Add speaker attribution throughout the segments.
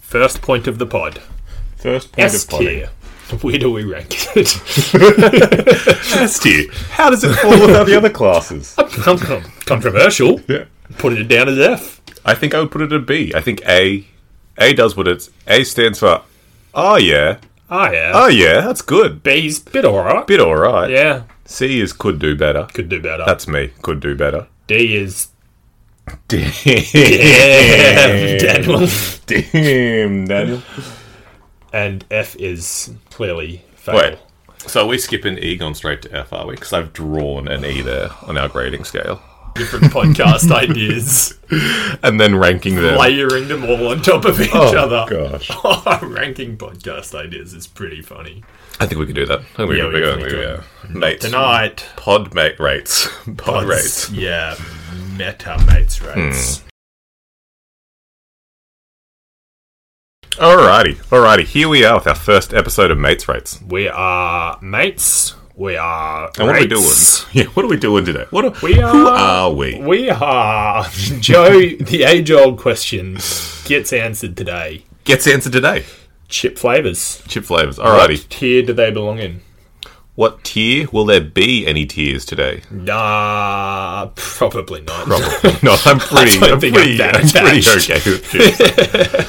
Speaker 1: First point of the pod.
Speaker 2: First point
Speaker 1: S
Speaker 2: of potting.
Speaker 1: tier. Where do we rank it?
Speaker 2: S tier. How does it fall with all the other classes?
Speaker 1: Com- com- Um, Controversial.
Speaker 2: Yeah.
Speaker 1: Put it down as F.
Speaker 2: I think I would put it at B. I think A A does what it's A stands for Oh yeah.
Speaker 1: Ah, yeah.
Speaker 2: Oh yeah, that's good.
Speaker 1: B's bit alright.
Speaker 2: Bit alright.
Speaker 1: Yeah.
Speaker 2: C is could do better.
Speaker 1: Could do better.
Speaker 2: That's me. Could do better.
Speaker 1: D is
Speaker 2: Damn,
Speaker 1: F, Daniel.
Speaker 2: damn Daniel.
Speaker 1: And F is clearly fail.
Speaker 2: Wait. So we skipping E gone straight to F, are we? Because I've drawn an E there on our grading scale.
Speaker 1: Different podcast ideas.
Speaker 2: And then ranking them.
Speaker 1: Layering them all on top of each
Speaker 2: oh,
Speaker 1: other.
Speaker 2: gosh.
Speaker 1: Ranking podcast ideas is pretty funny.
Speaker 2: I think we could do that. I think we
Speaker 1: Yeah,
Speaker 2: could
Speaker 1: we
Speaker 2: we
Speaker 1: definitely
Speaker 2: could-
Speaker 1: could.
Speaker 2: yeah. Mates.
Speaker 1: Tonight.
Speaker 2: Pod mate rates. Pod rates. Hmm.
Speaker 1: Yeah. Meta mates rates.
Speaker 2: Alrighty, alrighty. Here we are with our first episode of Mates Rates.
Speaker 1: We are mates. We are.
Speaker 2: And what are we doing?
Speaker 1: rates.
Speaker 2: Yeah, what are we doing today? What are,
Speaker 1: We are.
Speaker 2: Who are we?
Speaker 1: We are. Joe, the age old question gets answered today.
Speaker 2: Gets answered today.
Speaker 1: Chip flavours.
Speaker 2: Chip flavors. Alrighty.
Speaker 1: What tier do they belong in?
Speaker 2: What tier will there be any tiers today?
Speaker 1: Nah, probably not.
Speaker 2: Probably not. I'm pretty.
Speaker 1: don't
Speaker 2: I'm
Speaker 1: think
Speaker 2: pretty,
Speaker 1: I'm that
Speaker 2: I'm pretty
Speaker 1: attached.
Speaker 2: okay with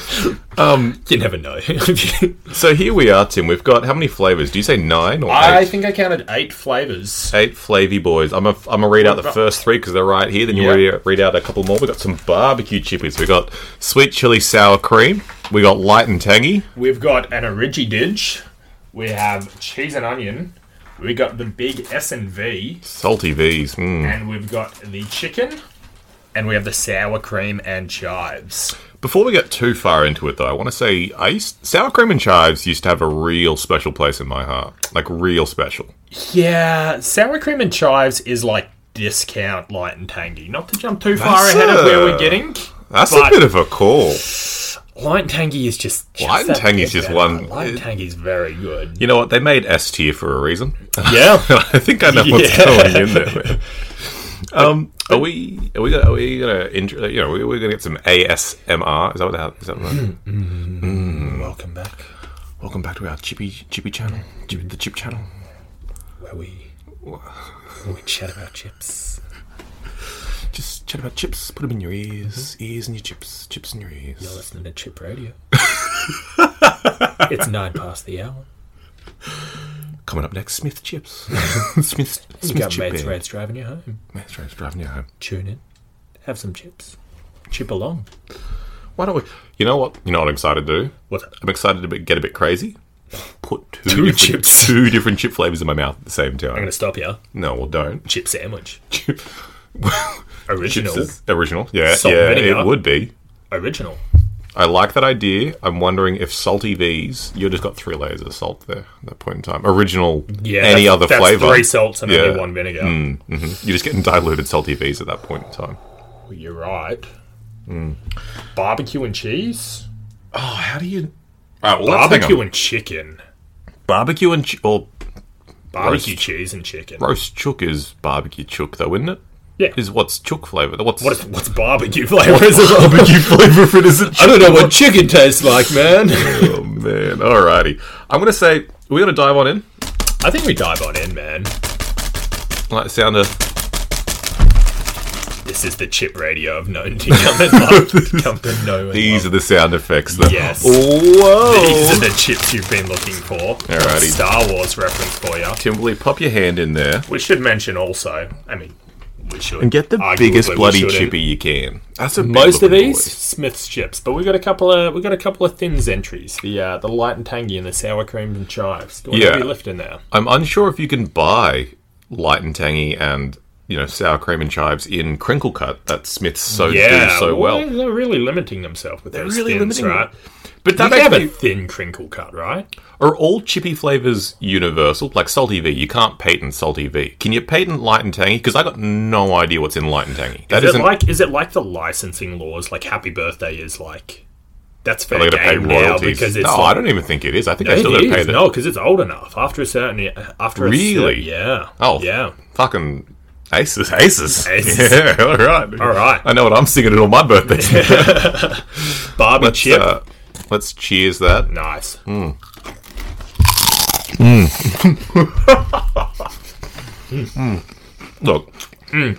Speaker 2: chips.
Speaker 1: You never know.
Speaker 2: so here we are, Tim. We've got how many flavors? Do you say nine or
Speaker 1: I
Speaker 2: eight?
Speaker 1: think I counted eight flavours.
Speaker 2: Eight flavy boys. I'm a, I'm gonna read out the first three because they're right here. Then you
Speaker 1: Yeah.
Speaker 2: read, read out a couple more. We got some barbecue chippies. We got sweet chili sour cream. We got light and tangy.
Speaker 1: We've got an origi didge. We have cheese and onion. We got the big S and V,
Speaker 2: Salty V's. Mm.
Speaker 1: and we've got the chicken, and we have the sour cream and chives.
Speaker 2: Before we get too far into it, though, I want to say I used, sour cream and chives used to have a real special place in my heart, like real special.
Speaker 1: Yeah, sour cream and chives is like discount light and tangy. Not to jump too far
Speaker 2: That's
Speaker 1: ahead of where
Speaker 2: a-
Speaker 1: we're getting.
Speaker 2: That's
Speaker 1: But-
Speaker 2: a bit of a call.
Speaker 1: Light and tangy is just, just
Speaker 2: Light and
Speaker 1: that
Speaker 2: Tangy's
Speaker 1: bit
Speaker 2: just
Speaker 1: better.
Speaker 2: one-
Speaker 1: Light and tangy is very good.
Speaker 2: You know what? They made S tier for a reason.
Speaker 1: Yeah.
Speaker 2: I think I know what's
Speaker 1: Yeah.
Speaker 2: going in there. Um, are we? Are we? Gonna, are we gonna? Intro, you know, we, we're gonna get some ASMR. Is that what that? Is that right?
Speaker 1: Welcome back,
Speaker 2: Welcome back to our chippy chippy channel, chip, the chip channel.
Speaker 1: where we we chat about chips.
Speaker 2: Just chat about chips. Put them in your ears, ears in your chips, chips in your ears.
Speaker 1: You're listening to Chip Radio. it's nine past the hour.
Speaker 2: Coming up next, Smith Chips. Smith,
Speaker 1: You
Speaker 2: Smith
Speaker 1: got
Speaker 2: Chip
Speaker 1: mates
Speaker 2: Bear.
Speaker 1: rates driving you home.
Speaker 2: Mates Rates driving you home.
Speaker 1: Tune in, have some chips, chip along.
Speaker 2: Why don't we? You know what? You know what I'm excited to do?
Speaker 1: What?
Speaker 2: I'm excited to be- get a bit crazy. Put two,
Speaker 1: Two
Speaker 2: different,
Speaker 1: chips.
Speaker 2: two different chip flavors in my mouth at the same time.
Speaker 1: I'm gonna stop you.
Speaker 2: No, well, don't.
Speaker 1: Chip sandwich,
Speaker 2: Chip-
Speaker 1: original,
Speaker 2: Chips is original. Yeah,
Speaker 1: Salt
Speaker 2: yeah,
Speaker 1: and vinegar.
Speaker 2: it would be.
Speaker 1: original.
Speaker 2: I like that idea. I'm wondering if salty V's. You just got three layers of salt there at that point in time. Original.
Speaker 1: Yeah,
Speaker 2: any
Speaker 1: that's-
Speaker 2: other
Speaker 1: that's
Speaker 2: flavor.
Speaker 1: Three salts and
Speaker 2: Yeah. Mm.
Speaker 1: only one vinegar.
Speaker 2: You're just getting diluted salty V's at that point in time.
Speaker 1: Well, Oh, you're right.
Speaker 2: Mm.
Speaker 1: Barbecue and cheese,
Speaker 2: Oh, how do you? All right, well, let's hang on.
Speaker 1: barbecue and chicken,
Speaker 2: barbecue and ch- or
Speaker 1: barbecue
Speaker 2: Roast.
Speaker 1: cheese and chicken.
Speaker 2: roast chook is barbecue chook though, isn't it?
Speaker 1: Yeah.
Speaker 2: Is what's chook flavour? What's
Speaker 1: What is, what's barbecue flavor? Is it?
Speaker 2: barbecue flavour if it isn't
Speaker 1: I don't know what chicken tastes like, man.
Speaker 2: Oh man. Alrighty. I'm gonna say we're gonna dive on in.
Speaker 1: I think we dive on in, man.
Speaker 2: Like the sound of
Speaker 1: This is the chip radio I've known to come and love. come to know and
Speaker 2: these
Speaker 1: love.
Speaker 2: are the sound effects that
Speaker 1: Yes. These
Speaker 2: Whoa
Speaker 1: are the chips you've been looking for.
Speaker 2: Alrighty.
Speaker 1: Star Wars reference for you.
Speaker 2: Timberly, pop your hand in there.
Speaker 1: We should mention also, I mean, we should.
Speaker 2: And get the
Speaker 1: Arguably,
Speaker 2: biggest
Speaker 1: we
Speaker 2: bloody
Speaker 1: shouldn't.
Speaker 2: chippy you can. That's a big
Speaker 1: Most of
Speaker 2: looking
Speaker 1: these
Speaker 2: boy.
Speaker 1: Smith's chips, but we got a couple of we got a couple of thins entries. The uh, the light and tangy and the sour cream and chives. Do we
Speaker 2: Yeah.
Speaker 1: be left in there?
Speaker 2: I'm unsure if you can buy light and tangy and you know sour cream and chives in crinkle cut that Smiths so
Speaker 1: Yeah,
Speaker 2: do so
Speaker 1: well,
Speaker 2: well.
Speaker 1: They're really limiting themselves with those
Speaker 2: really
Speaker 1: thins,
Speaker 2: limiting
Speaker 1: right?
Speaker 2: But
Speaker 1: You
Speaker 2: that
Speaker 1: have
Speaker 2: makes
Speaker 1: a
Speaker 2: me
Speaker 1: thin crinkle cut, right?
Speaker 2: Are all chippy flavors universal? Like salty V, you can't patent salty V. Can you patent light and tangy? Because I got no idea what's in light and tangy. That
Speaker 1: Is it
Speaker 2: isn't.
Speaker 1: like is it like the licensing laws? Like Happy Birthday is like that's fair
Speaker 2: they got to pay
Speaker 1: game now
Speaker 2: royalties.
Speaker 1: because it's
Speaker 2: no, I
Speaker 1: like,
Speaker 2: don't even think it is. I think I
Speaker 1: it
Speaker 2: still got to pay
Speaker 1: is.
Speaker 2: the.
Speaker 1: no because it's old enough after a certain after a certain,
Speaker 2: Really?
Speaker 1: yeah
Speaker 2: Oh.
Speaker 1: yeah
Speaker 2: Fucking aces, aces.
Speaker 1: Aces.
Speaker 2: Yeah, all right, all
Speaker 1: right.
Speaker 2: I know what I'm singing at all my birthdays.
Speaker 1: Barbie
Speaker 2: Let's,
Speaker 1: chip
Speaker 2: uh, mm. Let's cheers that.
Speaker 1: Nice.
Speaker 2: Look.
Speaker 1: Mm.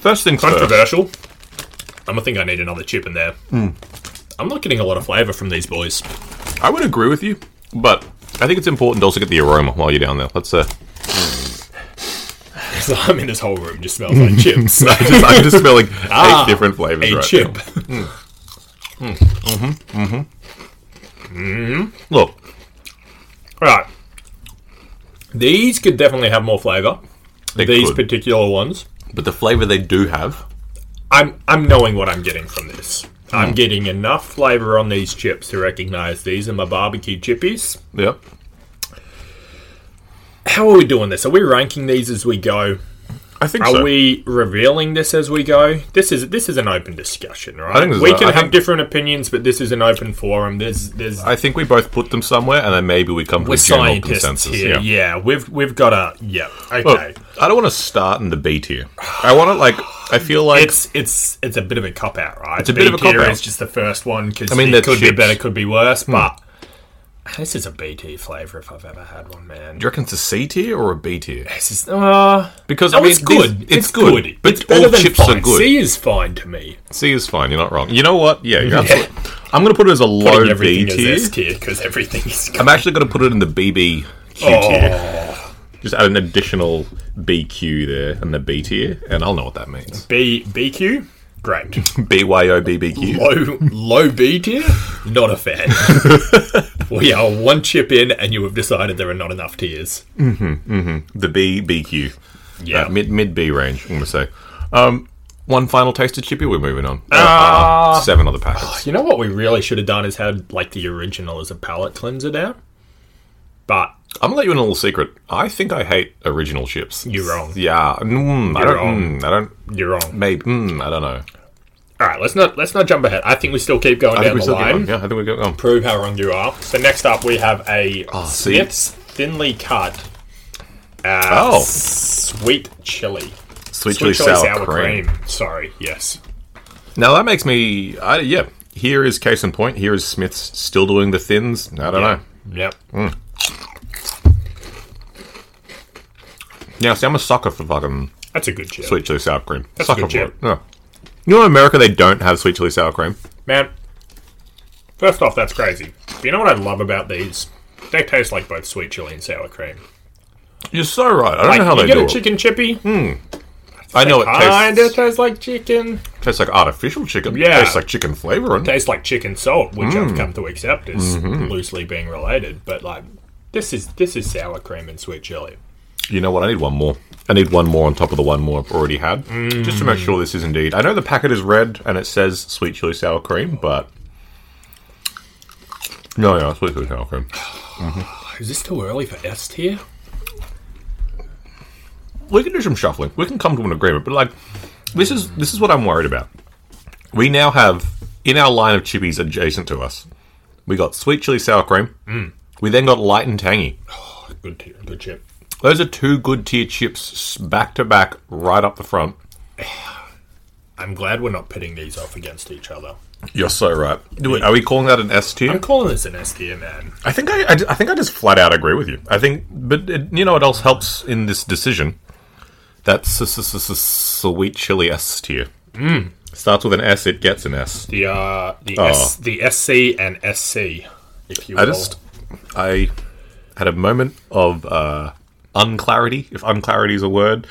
Speaker 2: First things first.
Speaker 1: Controversial. I'm gonna think I need another chip in there.
Speaker 2: Hmm.
Speaker 1: I'm not getting a lot of flavour from these boys.
Speaker 2: I would agree with you, but I think it's important to also get the aroma while you're down there. Let's uh,
Speaker 1: So I'm in this whole room just smells like chips.
Speaker 2: I just, I'm just smelling
Speaker 1: Ah,
Speaker 2: eight different flavors.
Speaker 1: a
Speaker 2: right
Speaker 1: chip.
Speaker 2: now. Look,
Speaker 1: Right. These could definitely have more flavour.
Speaker 2: They
Speaker 1: These
Speaker 2: could.
Speaker 1: particular ones.
Speaker 2: but the flavor they do have,
Speaker 1: I'm I'm knowing what I'm getting from this.
Speaker 2: Hmm.
Speaker 1: I'm getting enough flavour on these chips to recognise these are my barbecue chippies.
Speaker 2: yep.
Speaker 1: How are we doing this? Are we ranking these as we go?
Speaker 2: I think
Speaker 1: Are
Speaker 2: so.
Speaker 1: we revealing this as we go? This is this is an open discussion, right?
Speaker 2: I think this
Speaker 1: we
Speaker 2: is a-
Speaker 1: can
Speaker 2: I
Speaker 1: have
Speaker 2: think-
Speaker 1: different opinions, but this is an open forum. There's there's
Speaker 2: I think we both put them somewhere, and then maybe we come to
Speaker 1: we're
Speaker 2: a general
Speaker 1: scientists
Speaker 2: consensus.
Speaker 1: here. Yeah.
Speaker 2: Yeah.
Speaker 1: we've we've got a yeah. Okay,
Speaker 2: Look, I don't want to start in the B tier. I want to like. I feel like
Speaker 1: it's it's it's a bit of a cop out, right? It's
Speaker 2: a bit of a cop-out.
Speaker 1: It's just the first one because I
Speaker 2: mean, Hmm.
Speaker 1: mean,
Speaker 2: they're
Speaker 1: it could be
Speaker 2: chips.
Speaker 1: better, could be worse, but this is a BT flavour if I've ever had one, man.
Speaker 2: do you reckon it's a C tier or a B tier?
Speaker 1: This is uh,
Speaker 2: Because I
Speaker 1: oh,
Speaker 2: mean,
Speaker 1: it's
Speaker 2: these-
Speaker 1: good.
Speaker 2: It's, good. But
Speaker 1: it's better
Speaker 2: all
Speaker 1: than
Speaker 2: chips
Speaker 1: fine.
Speaker 2: are good.
Speaker 1: C is fine to me.
Speaker 2: C is fine. You're not wrong. You know what? Yeah, you're absolutely. I'm going to put it as a
Speaker 1: Putting
Speaker 2: low B
Speaker 1: everything
Speaker 2: tier.
Speaker 1: is S tier Oh. because everything is.
Speaker 2: I'm actually going to put it in the BBQ tier. Just add an additional BQ there and the B tier, and I'll know what that means.
Speaker 1: B BQ, great.
Speaker 2: BYOBBQ.
Speaker 1: Low low B tier, not a fan. we are one chip in, and you have decided there are not enough tiers.
Speaker 2: The BBQ.
Speaker 1: Yeah.
Speaker 2: Uh, mid mid B range, I'm going to say. Um, one final tasted chippy, we're moving on. There
Speaker 1: Ah.
Speaker 2: are seven other packets.
Speaker 1: You know what we really should have done is had like the original as a palate cleanser now. But
Speaker 2: I'm going to let you in a little secret. I think I hate original chips.
Speaker 1: You're wrong.
Speaker 2: Yeah. Mm, I
Speaker 1: You're
Speaker 2: don't.
Speaker 1: wrong.
Speaker 2: Mm, I don't.
Speaker 1: you're wrong.
Speaker 2: Maybe. Mm, I don't know.
Speaker 1: All right, let's not let's not jump ahead. I think we still keep going
Speaker 2: I think
Speaker 1: down
Speaker 2: we
Speaker 1: the
Speaker 2: still keep
Speaker 1: line.
Speaker 2: on. Yeah, I think we um, go on.
Speaker 1: Prove how wrong you are. So next up we have a
Speaker 2: see?
Speaker 1: Smith's thinly cut uh,
Speaker 2: Oh.
Speaker 1: sweet chili.
Speaker 2: Sweet, chili, sour, cream.
Speaker 1: Sorry, yes.
Speaker 2: Now that makes me, I, yeah. Here is case in point. Here is Smith's still doing the thins. I don't know.
Speaker 1: Yep.
Speaker 2: Mm. Yeah, see, I'm a sucker for fucking
Speaker 1: That's a good chip.
Speaker 2: sweet chili sour cream.
Speaker 1: a
Speaker 2: sucker
Speaker 1: good
Speaker 2: for
Speaker 1: chip.
Speaker 2: it. Yeah. You know, in America they don't have sweet chili sour cream.
Speaker 1: Man, first off, that's crazy. But you know what I love about these? They taste like both sweet chili and sour cream.
Speaker 2: You're so right. I don't
Speaker 1: Like,
Speaker 2: know how
Speaker 1: you
Speaker 2: they
Speaker 1: get
Speaker 2: do
Speaker 1: a
Speaker 2: it.
Speaker 1: chicken chippy,
Speaker 2: I know it
Speaker 1: Kinda
Speaker 2: tastes,
Speaker 1: tastes like chicken.
Speaker 2: tastes like artificial chicken.
Speaker 1: Yeah.
Speaker 2: tastes like chicken flavoring.
Speaker 1: Tastes like chicken salt, which
Speaker 2: Mm.
Speaker 1: I've come to accept as
Speaker 2: Mm-hmm.
Speaker 1: loosely being related. But like, this is this is sour cream and sweet chili.
Speaker 2: You know what? I need one more. I need one more on top of the one more I've already had, just to make sure this is indeed. I know the packet is red and it says sweet chili sour cream, but no, yeah, sweet chili sour cream.
Speaker 1: Oh, Is this too early for S tier?
Speaker 2: we can do some shuffling. We can come to an agreement. But like, this is this is what I'm worried about. We now have in our line of chippies adjacent to us. We got sweet chili sour cream. We then got light and tangy.
Speaker 1: Oh, Good, tier, good chip.
Speaker 2: Those are two good tier chips s- back to back, right up the front.
Speaker 1: I'm glad we're not pitting these off against each other.
Speaker 2: You're so right. Do we, are we calling that an S
Speaker 1: I'm
Speaker 2: tier?
Speaker 1: calling this an S tier, man.
Speaker 2: I think I, I, I think I just flat out agree with you. I think, but it, you know what else helps in this decision? That's s- s- s- s- sweet chili S tier. Starts with an S, it gets an S.
Speaker 1: The uh, the
Speaker 2: Oh.
Speaker 1: S, the SC and SC, if you will.
Speaker 2: I just, I had a moment of uh, unclarity, if unclarity is a word.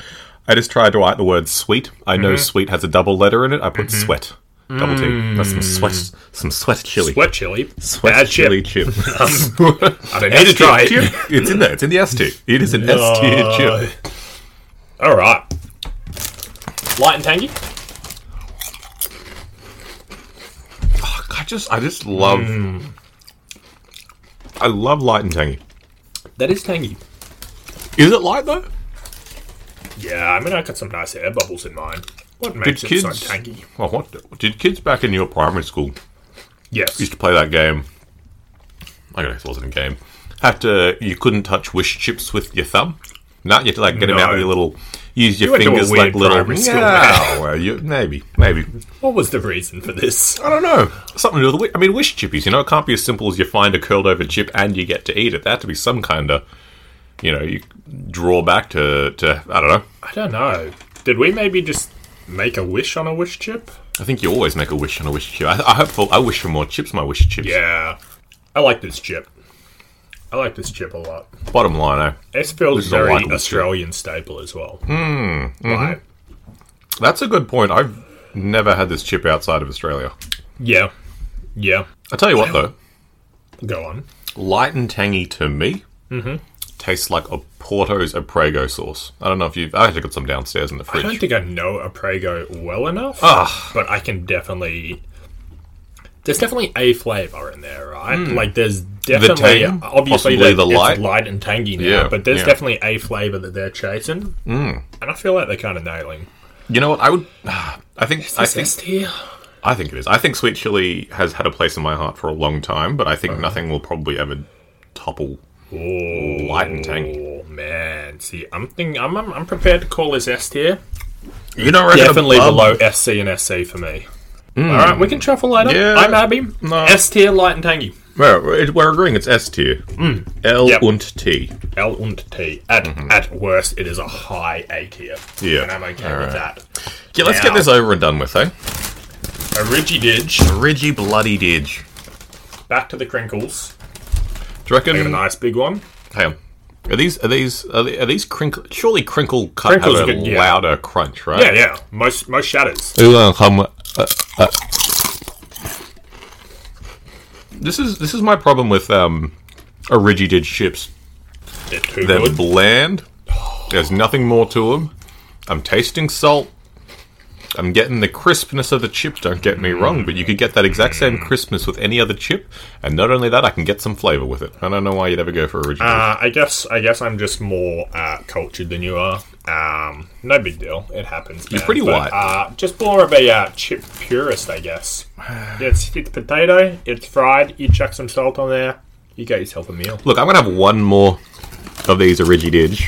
Speaker 2: I just tried to write the word sweet. I know sweet has a double letter in it. I put sweat. Double T. That's some sweat, some sweat chili.
Speaker 1: Sweat chili.
Speaker 2: Sweat
Speaker 1: Bad chip.
Speaker 2: chili chip. I
Speaker 1: don't need to try it.
Speaker 2: It's in there. It's in the S tier. It is an S tier chip.
Speaker 1: All right. Light and tangy.
Speaker 2: Fuck, I just, I just love.
Speaker 1: Mm.
Speaker 2: I love light and tangy.
Speaker 1: That is tangy.
Speaker 2: Is it light though?
Speaker 1: Yeah, I mean, I got some nice air bubbles in mine. What
Speaker 2: Did
Speaker 1: makes it
Speaker 2: kids?
Speaker 1: so tangy?
Speaker 2: Well, what did kids back in your primary school
Speaker 1: Yes.
Speaker 2: used to play that game. I guess it wasn't a game. Had to you couldn't touch wish chips with your thumb. No, you have to like get them out
Speaker 1: No.
Speaker 2: with your little. Use your
Speaker 1: went to a
Speaker 2: fingers like
Speaker 1: weird
Speaker 2: little.
Speaker 1: primary school,
Speaker 2: yeah, well, you, maybe, maybe.
Speaker 1: What was the reason for this?
Speaker 2: I don't know. Something to do with. wi- I mean, wish chippies. You know, it can't be as simple as you find a curled over chip and you get to eat it. There had to be some kind of, you know, you draw back to to. I don't know.
Speaker 1: I don't know. Did we maybe just make a wish on a wish chip?
Speaker 2: I think you always make a wish on a wish chip. I, I hope for. I wish for more chips. My wish chips.
Speaker 1: Yeah. I like this chip. I like this chip a lot.
Speaker 2: Bottom line, eh?
Speaker 1: This feels
Speaker 2: is a
Speaker 1: very
Speaker 2: likable chip. Hmm. Mm-hmm.
Speaker 1: Australian staple as well. Mm, Right.
Speaker 2: That's a good point. I've never had this chip outside of Australia.
Speaker 1: Yeah. Yeah.
Speaker 2: I tell you what, though,
Speaker 1: Go on.
Speaker 2: light and tangy to me
Speaker 1: Mm-hmm.
Speaker 2: tastes like a Porto's Prego sauce. I don't know if you've. I actually got some downstairs in the
Speaker 1: I don't
Speaker 2: fridge.
Speaker 1: think I know a Prego well enough,
Speaker 2: Ah.
Speaker 1: but I can definitely. There's definitely a flavor in there, right? Like there's definitely
Speaker 2: Hmm. tang,
Speaker 1: obviously
Speaker 2: possibly
Speaker 1: that
Speaker 2: the light.
Speaker 1: it's light and tangy now,
Speaker 2: Yeah,
Speaker 1: but there's
Speaker 2: yeah. Hmm.
Speaker 1: definitely a flavor that they're chasing, mm. and I feel like they're kind of nailing.
Speaker 2: You know what? I would. I think. I think.
Speaker 1: here.
Speaker 2: I think it is. I think sweet chili has had a place in my heart for a long time, but I think nothing will probably ever topple light and tangy.
Speaker 1: Oh man, see, I'm thinking, I'm, I'm I'm prepared to call this S tier.
Speaker 2: You know,
Speaker 1: Definitely below SC and SC for me. All right, we can shuffle later.
Speaker 2: Hmm. Yeah.
Speaker 1: I'm Abby.
Speaker 2: No.
Speaker 1: S tier, light and tangy.
Speaker 2: Well, it- we're agreeing it's S tier. L
Speaker 1: Mm. Yep.
Speaker 2: und T.
Speaker 1: L und T. At at worst, it is a high A tier.
Speaker 2: Mm-hmm. Yeah.
Speaker 1: and I'm okay with that.
Speaker 2: Yeah, let's
Speaker 1: Now.
Speaker 2: get this over and done with, eh?
Speaker 1: A Ridgy Didge.
Speaker 2: Reggie bloody didge.
Speaker 1: Back to the crinkles.
Speaker 2: Do you reckon?
Speaker 1: A nice big one.
Speaker 2: Hang on. Are these are these are, they, are these crinkle? Surely crinkle cut
Speaker 1: Crinkle's
Speaker 2: have a
Speaker 1: good, yeah.
Speaker 2: louder crunch,
Speaker 1: Yeah,
Speaker 2: right? uh,
Speaker 1: yeah. Most most shatters.
Speaker 2: Yeah. uh. This is this is my problem with um, Origidid chips.
Speaker 1: They're too
Speaker 2: They're
Speaker 1: good.
Speaker 2: bland. There's nothing more to them. I'm tasting salt. I'm getting the crispness of the chip. Don't get me wrong, but you could get that exact same crispness with any other chip, and not only that, I can get some flavor with it. I don't know why you'd ever go for Origidid.
Speaker 1: Uh, I guess I guess I'm just more uh, cultured than you are. Um, no big deal. It happens. You're
Speaker 2: pretty white.
Speaker 1: Uh, just more of a uh, chip purist, I guess. It's it's potato. It's fried. You chuck some salt on there. You get yourself a meal.
Speaker 2: Look, I'm gonna have one more of these Origididge.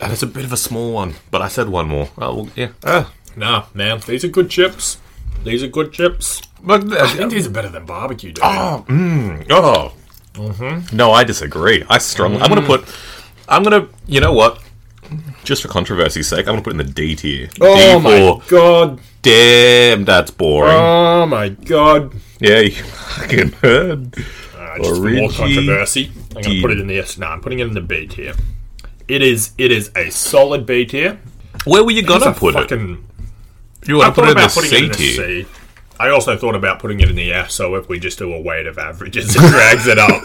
Speaker 2: And it's a bit of a small one, but I said one more. Oh, well, yeah. Uh,
Speaker 1: Nah, man. These are good chips. These are good chips.
Speaker 2: but, uh,
Speaker 1: I think these are better than barbecue, dude.
Speaker 2: oh.
Speaker 1: Mm-hmm.
Speaker 2: No, I disagree. I strongly. I'm
Speaker 1: Mm.
Speaker 2: gonna put. I'm gonna. You know what? Just for controversy's sake, I'm gonna put in the D tier.
Speaker 1: Oh
Speaker 2: D
Speaker 1: my god.
Speaker 2: damn, that's boring.
Speaker 1: Oh my god.
Speaker 2: yeah, you fucking heard.
Speaker 1: Uh, just for more
Speaker 2: Origi-
Speaker 1: controversy. I'm going to
Speaker 2: D.
Speaker 1: put it in the S. No, I'm putting it in the B tier. It is it is a solid B tier.
Speaker 2: Where were you
Speaker 1: It's
Speaker 2: gonna
Speaker 1: a
Speaker 2: put it?
Speaker 1: fucking,
Speaker 2: You
Speaker 1: I
Speaker 2: want
Speaker 1: thought
Speaker 2: to put it in the
Speaker 1: about putting it
Speaker 2: C
Speaker 1: in the
Speaker 2: tier?
Speaker 1: C. I also thought about putting it in the F, so if we just do a weight of averages, it drags it up.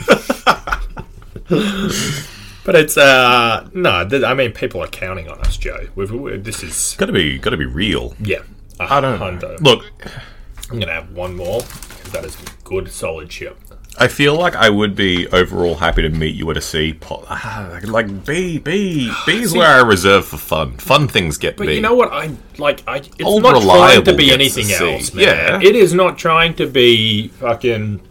Speaker 1: but it's, uh, no, th- I mean, people are counting on us, Joe. We've, we this is,
Speaker 2: Gotta be, gotta be real.
Speaker 1: yeah.
Speaker 2: I don't know.
Speaker 1: Hundo.
Speaker 2: Look,
Speaker 1: I'm going to have one more, because that is good, solid chip.
Speaker 2: I feel like I would be overall happy to meet you at a C. Po- ah, like B, B, B is where I reserve for fun. Fun things get
Speaker 1: But
Speaker 2: B.
Speaker 1: you know what? I like. I it's
Speaker 2: Old
Speaker 1: not trying to
Speaker 2: Reliable
Speaker 1: be
Speaker 2: gets
Speaker 1: anything
Speaker 2: a C.
Speaker 1: else, man.
Speaker 2: Yeah.
Speaker 1: It is not trying to be fucking.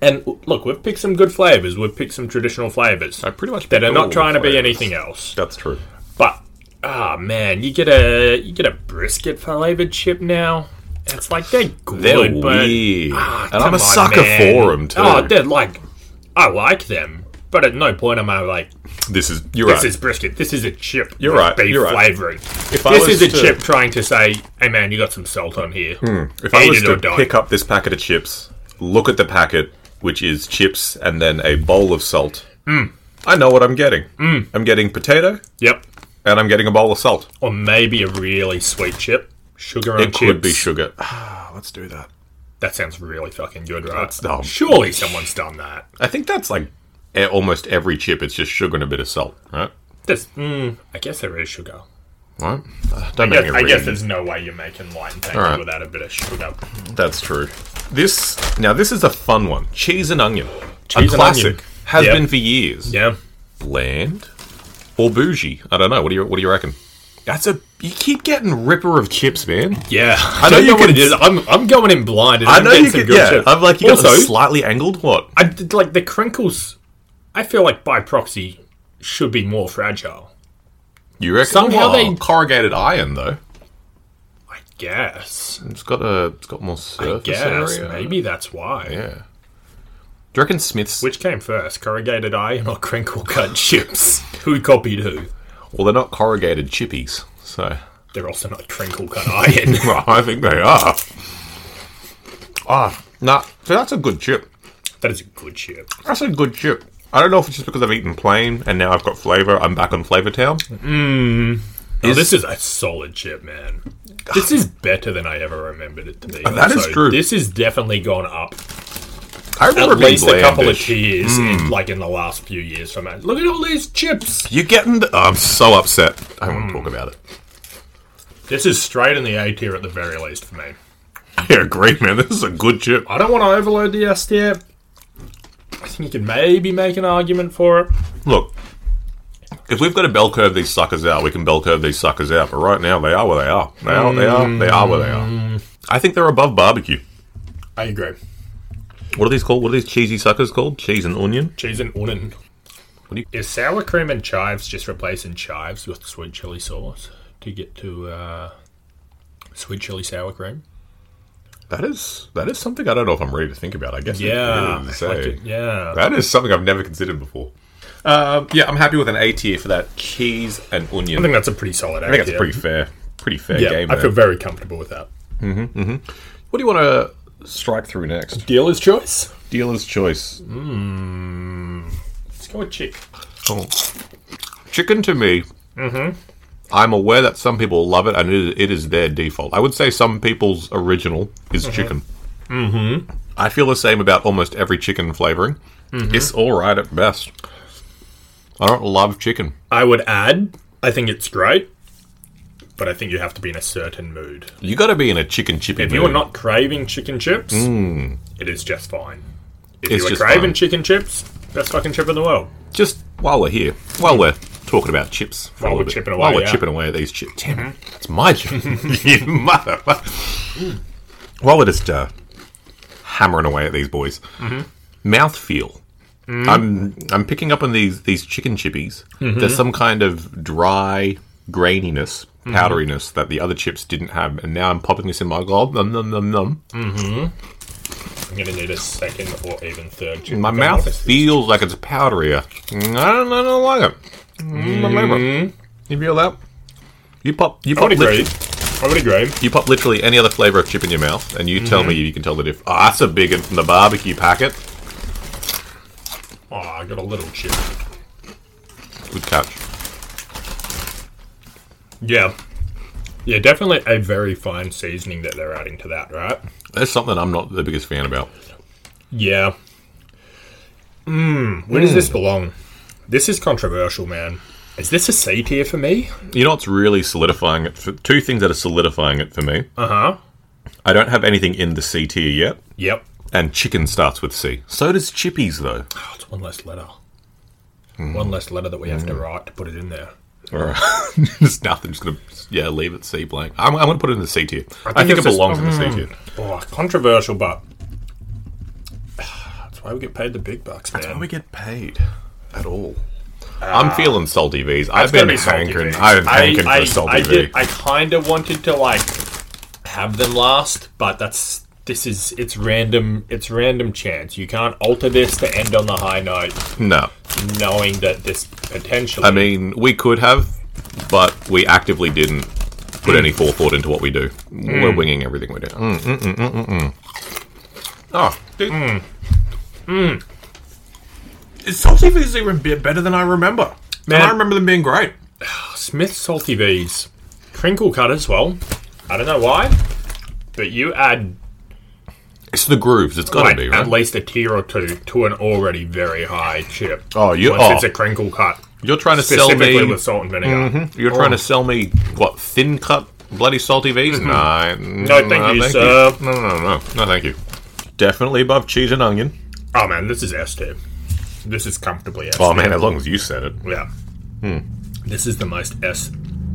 Speaker 1: And look, we've picked some good flavors. We've picked some traditional flavors
Speaker 2: I pretty much
Speaker 1: that are
Speaker 2: picked all
Speaker 1: not
Speaker 2: the
Speaker 1: trying to be
Speaker 2: flavors.
Speaker 1: anything else.
Speaker 2: That's true.
Speaker 1: But ah, man, you get a you get a brisket flavored chip now. It's like they're good,
Speaker 2: They're
Speaker 1: but
Speaker 2: weird,
Speaker 1: ah,
Speaker 2: and I'm
Speaker 1: come
Speaker 2: a
Speaker 1: on,
Speaker 2: sucker
Speaker 1: man.
Speaker 2: for them too.
Speaker 1: Oh, they're like I like them, but at no point am I like
Speaker 2: this is you're
Speaker 1: this
Speaker 2: right.
Speaker 1: is brisket. This is a chip.
Speaker 2: You're
Speaker 1: with
Speaker 2: right,
Speaker 1: Beef
Speaker 2: you're right.
Speaker 1: flavoring.
Speaker 2: if
Speaker 1: This is
Speaker 2: was
Speaker 1: a
Speaker 2: to- Hmm.
Speaker 1: chip trying to say, "Hey man, you got some salt on here."
Speaker 2: If I
Speaker 1: Eat
Speaker 2: was
Speaker 1: it or
Speaker 2: to
Speaker 1: die.
Speaker 2: pick up this packet of chips, look at the packet, which is chips and then a bowl of salt,
Speaker 1: Mm.
Speaker 2: I know what I'm getting. I'm getting potato
Speaker 1: Yep.
Speaker 2: and I'm getting a bowl of salt.
Speaker 1: Or maybe a really sweet chip, sugar
Speaker 2: It
Speaker 1: on
Speaker 2: could be
Speaker 1: chips.
Speaker 2: sugar. Ah, let's do that.
Speaker 1: that sounds really fucking good, right?
Speaker 2: oh.
Speaker 1: Surely someone's done that.
Speaker 2: I think that's like e- almost every chip. It's just sugar and a bit of salt, right?
Speaker 1: There's, mm, I guess there is sugar.
Speaker 2: Right? Uh, don't
Speaker 1: I
Speaker 2: make
Speaker 1: guess,
Speaker 2: me
Speaker 1: I guess
Speaker 2: read.
Speaker 1: there's no way you're making light and tangy
Speaker 2: Alright.
Speaker 1: without a bit of sugar.
Speaker 2: that's true. This now this is a fun one. Cheese and onion,
Speaker 1: Cheese
Speaker 2: a
Speaker 1: and
Speaker 2: classic,
Speaker 1: onion.
Speaker 2: has
Speaker 1: Yep.
Speaker 2: been for years.
Speaker 1: Yeah.
Speaker 2: Bland or bougie? I don't know. What do you What do you reckon? That's a you keep getting ripper of chips, man.
Speaker 1: Yeah.
Speaker 2: I know
Speaker 1: Don't
Speaker 2: you
Speaker 1: what
Speaker 2: can-
Speaker 1: it is. I'm, I'm going in blind. And I
Speaker 2: I
Speaker 1: am
Speaker 2: know
Speaker 1: getting
Speaker 2: you
Speaker 1: some
Speaker 2: could.
Speaker 1: good
Speaker 2: Yeah,
Speaker 1: shit.
Speaker 2: I'm like you
Speaker 1: also,
Speaker 2: got the slightly angled. What?
Speaker 1: I did, like the crinkles. I feel like by proxy should be more fragile.
Speaker 2: You reckon?
Speaker 1: Somehow they-
Speaker 2: corrugated iron though.
Speaker 1: I guess.
Speaker 2: It's got a it's got more
Speaker 1: I
Speaker 2: surface
Speaker 1: guess.
Speaker 2: area.
Speaker 1: Maybe that's why.
Speaker 2: Yeah. Do you reckon Smiths?
Speaker 1: Which came first, corrugated iron or crinkle cut chips? Who copied who?
Speaker 2: well, they're not corrugated chippies, so.
Speaker 1: They're also not crinkle cut iron.
Speaker 2: Well, I think they are. Ah, nah. So that's a good chip.
Speaker 1: that is a good chip.
Speaker 2: That's a good chip. I don't know if it's just because I've eaten plain and now I've got flavour. I'm back on Flavour Town.
Speaker 1: Oh, this is a solid chip, man. This is better than I ever remembered it to be.
Speaker 2: Uh, That is
Speaker 1: So
Speaker 2: true.
Speaker 1: This has definitely gone up
Speaker 2: I remember
Speaker 1: at least a couple of
Speaker 2: blandish. Mm.
Speaker 1: tiers, in, like in the last few years. From that, look at all these chips.
Speaker 2: You're getting. The- I'm so upset. I don't want
Speaker 1: Hmm.
Speaker 2: to talk about it.
Speaker 1: This is straight in the A tier at the very least for me.
Speaker 2: I agree, man. This is a good chip.
Speaker 1: I don't want to overload the S tier. I think you can maybe make an argument for it.
Speaker 2: Look, if we've got to bell curve these suckers out, we can bell curve these suckers out. But right now, they are where they are. They are. They are. They are where they
Speaker 1: Hmm.
Speaker 2: are. I think they're above barbecue.
Speaker 1: I agree.
Speaker 2: What are these called? What are these cheesy suckers called? Cheese and onion.
Speaker 1: Cheese and onion.
Speaker 2: What do you-
Speaker 1: Is sour cream and chives just replacing chives with sweet chili sauce to get to uh, sweet chili sour cream?
Speaker 2: That is that is something I don't know if I'm ready to think about. I guess. it
Speaker 1: Yeah,
Speaker 2: is,
Speaker 1: like
Speaker 2: eh?
Speaker 1: it- yeah.
Speaker 2: That is something I've never considered before. Um, yeah, I'm happy with an A tier for that cheese and onion.
Speaker 1: I think that's a pretty solid.
Speaker 2: I think that's pretty fair. Pretty fair
Speaker 1: Yeah,
Speaker 2: game.
Speaker 1: I
Speaker 2: there.
Speaker 1: feel very comfortable with that.
Speaker 2: what do you want to strike through next?
Speaker 1: Dealer's choice.
Speaker 2: Dealer's choice.
Speaker 1: Let's go with chick.
Speaker 2: Oh. Chicken to me. Mm-hmm. I'm aware that some people love it, and it, it is their default. I would say some people's original is chicken. Mm-hmm. I feel the same about almost every chicken flavoring. It's all right at best. I don't love chicken.
Speaker 1: I would add. I think it's great, but I think you have to be in a certain mood.
Speaker 2: You got to be in a chicken chippy.
Speaker 1: If you are not craving chicken chips, it is just fine. If
Speaker 2: Mm. It's
Speaker 1: you are
Speaker 2: just
Speaker 1: craving
Speaker 2: fine.
Speaker 1: chicken chips, best fucking chip in the world.
Speaker 2: just while we're here, while we're talking about chips, for a
Speaker 1: While
Speaker 2: little
Speaker 1: we're
Speaker 2: bit,
Speaker 1: chipping away,
Speaker 2: while we're
Speaker 1: yeah. Mm-hmm.
Speaker 2: chipping away at these chips, damn it, it's my chip, you motherfucker. While we're just uh, hammering away at these boys,
Speaker 1: Mm-hmm.
Speaker 2: mouthfeel.
Speaker 1: Mm.
Speaker 2: I'm I'm picking up on these these chicken chippies.
Speaker 1: Mm-hmm.
Speaker 2: There's some kind of dry graininess,
Speaker 1: Mm-hmm.
Speaker 2: powderiness that the other chips didn't have, and now I'm popping this in my gob. Num num num num.
Speaker 1: I'm gonna need a second or even third chip.
Speaker 2: My
Speaker 1: if I'm
Speaker 2: mouth
Speaker 1: honest.
Speaker 2: feels like it's powderier. Mm, I don't, I don't like it. Mm, my favorite. You feel that? You pop, you
Speaker 1: I
Speaker 2: pop,
Speaker 1: would agree.
Speaker 2: lit-
Speaker 1: I would agree.
Speaker 2: you pop literally any other flavor of chip in your mouth, and you tell me you can tell the diff. Oh, that's a big one from the barbecue packet.
Speaker 1: Oh, I got a little chip.
Speaker 2: Good catch.
Speaker 1: Yeah. Yeah, definitely a very fine seasoning that they're adding to that, right?
Speaker 2: There's something I'm not the biggest fan about.
Speaker 1: Yeah. Mmm, where
Speaker 2: Hmm.
Speaker 1: does this belong? This is controversial, man. Is this a C tier for me?
Speaker 2: You know what's really solidifying it? For, two things that are solidifying it for me.
Speaker 1: Uh huh.
Speaker 2: I don't have anything in the C tier yet,
Speaker 1: Yep.
Speaker 2: and chicken starts with C. So does chippies, though.
Speaker 1: Oh, it's one less letter.
Speaker 2: Hmm.
Speaker 1: One less letter that we have to write to put it in there.
Speaker 2: All right. There's nothing. Just gonna yeah, leave it C blank. I'm, I'm gonna put it in the C tier. I think, mm.
Speaker 1: think
Speaker 2: it
Speaker 1: it's just-
Speaker 2: belongs in the C tier.
Speaker 1: Oh, controversial, but that's why we get paid the big bucks, man.
Speaker 2: How we get paid at all? I'm feeling salty V's. I've
Speaker 1: It's
Speaker 2: been
Speaker 1: gotta be salty
Speaker 2: hankering.
Speaker 1: V's.
Speaker 2: I've been hankering
Speaker 1: I,
Speaker 2: for a salty
Speaker 1: I
Speaker 2: V.
Speaker 1: did. I kind of wanted to like have them last, but that's this is it's random. It's random chance. You can't alter this to end on the high note,
Speaker 2: No,
Speaker 1: knowing that this potentially.
Speaker 2: I mean we could have, but we actively didn't put any forethought into what we do. We're winging everything we do. Mm, mm, mm, mm, mm, mm. Oh, dude. Mm. Is salty V's even be- better than I remember? Man,
Speaker 1: Man.
Speaker 2: I remember them being great.
Speaker 1: Smith salty V's, crinkle cut as well. I don't know why, but you add
Speaker 2: It's the grooves. It's got to
Speaker 1: like,
Speaker 2: be
Speaker 1: at
Speaker 2: right.
Speaker 1: least a tier or two to an already very high chip.
Speaker 2: Oh, you-
Speaker 1: Once
Speaker 2: oh.
Speaker 1: it's a crinkle cut.
Speaker 2: You're trying to sell
Speaker 1: Specifically
Speaker 2: me. Mm-hmm.
Speaker 1: with Oh. salt and vinegar.
Speaker 2: You're trying to sell me what thin cut bloody salty V's? Nah, no,
Speaker 1: Mm-hmm. thank you, sir.
Speaker 2: No, no, no, no, no, thank you. Definitely above cheese and onion.
Speaker 1: Oh man, this is S tier. This is comfortably S.
Speaker 2: Oh man, as long as you said it. Hmm.
Speaker 1: Yeah. This is the most S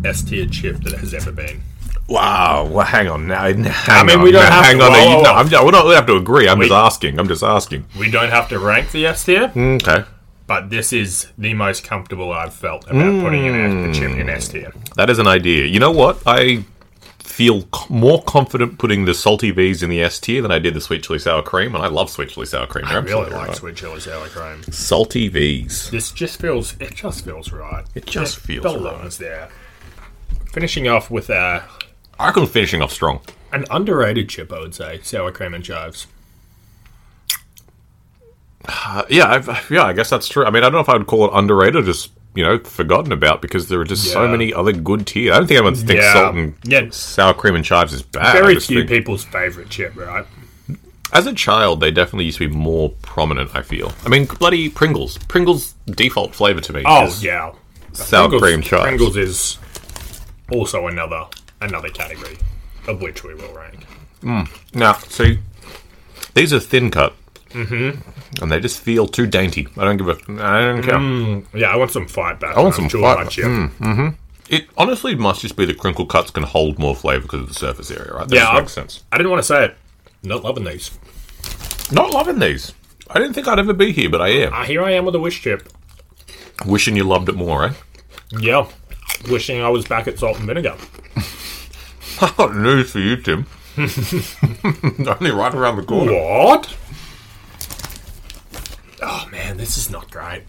Speaker 1: S tier chip that has ever been.
Speaker 2: Wow. Well, hang on now. Hang
Speaker 1: mean,
Speaker 2: on,
Speaker 1: we don't
Speaker 2: now,
Speaker 1: have
Speaker 2: hang
Speaker 1: to-
Speaker 2: on.
Speaker 1: whoa,
Speaker 2: now,
Speaker 1: whoa,
Speaker 2: you- no,
Speaker 1: whoa.
Speaker 2: I'm, we're not. We have to agree. I'm just asking. I'm just asking. Hmm.
Speaker 1: We don't have to rank the S tier.
Speaker 2: Okay.
Speaker 1: but this is the most comfortable I've felt about putting an F- a chip
Speaker 2: Hmm.
Speaker 1: in S tier.
Speaker 2: That is an idea. You know what? I feel c- more confident putting the salty V's in the S tier than I did the sweet chili sour cream, and I love sweet chili sour cream. You're
Speaker 1: I really
Speaker 2: absolutely
Speaker 1: like
Speaker 2: right.
Speaker 1: sweet chili sour cream.
Speaker 2: salty V's.
Speaker 1: This just feels it just feels right. It
Speaker 2: just feels
Speaker 1: belongs there. Finishing off with uh,
Speaker 2: I reckon we're finishing off strong.
Speaker 1: an underrated chip, I would say sour cream and chives.
Speaker 2: Uh, yeah, I've, yeah, I guess that's true. I mean, I don't know if I would call it underrated or just you know forgotten about because there are just so
Speaker 1: Yeah.
Speaker 2: many other good tiers. I don't think anyone thinks
Speaker 1: Yeah.
Speaker 2: salt and
Speaker 1: Yeah.
Speaker 2: sour cream and chives is bad. I
Speaker 1: Very
Speaker 2: just
Speaker 1: few
Speaker 2: think-
Speaker 1: people's favorite chip, right?
Speaker 2: As a child, they definitely used to be more prominent. I feel. I mean, bloody Pringles. Pringles default flavor to me.
Speaker 1: Oh
Speaker 2: is
Speaker 1: yeah,
Speaker 2: sour
Speaker 1: Pringles-
Speaker 2: cream chives.
Speaker 1: Pringles is also another another category of which we will rank.
Speaker 2: Now, see, these are thin cut, mm-hmm. and they just feel too dainty. I don't give a. I don't care.
Speaker 1: Mm. Yeah, I want some fight back. I
Speaker 2: want some fight back. Hmm.
Speaker 1: chip.
Speaker 2: It honestly must just be the crinkle cuts can hold more flavor because of the surface area, right? That
Speaker 1: Yeah,
Speaker 2: just
Speaker 1: I'll-
Speaker 2: makes sense.
Speaker 1: I didn't want to say it. Not loving these.
Speaker 2: Not loving these. I didn't think I'd ever be here, but I am.
Speaker 1: Ah, here I am with a wish chip.
Speaker 2: Wishing you loved it more, eh?
Speaker 1: Yeah, wishing I was back at salt and vinegar.
Speaker 2: I got news for you, Tim. Only right around the corner.
Speaker 1: What? Oh man, this is not great.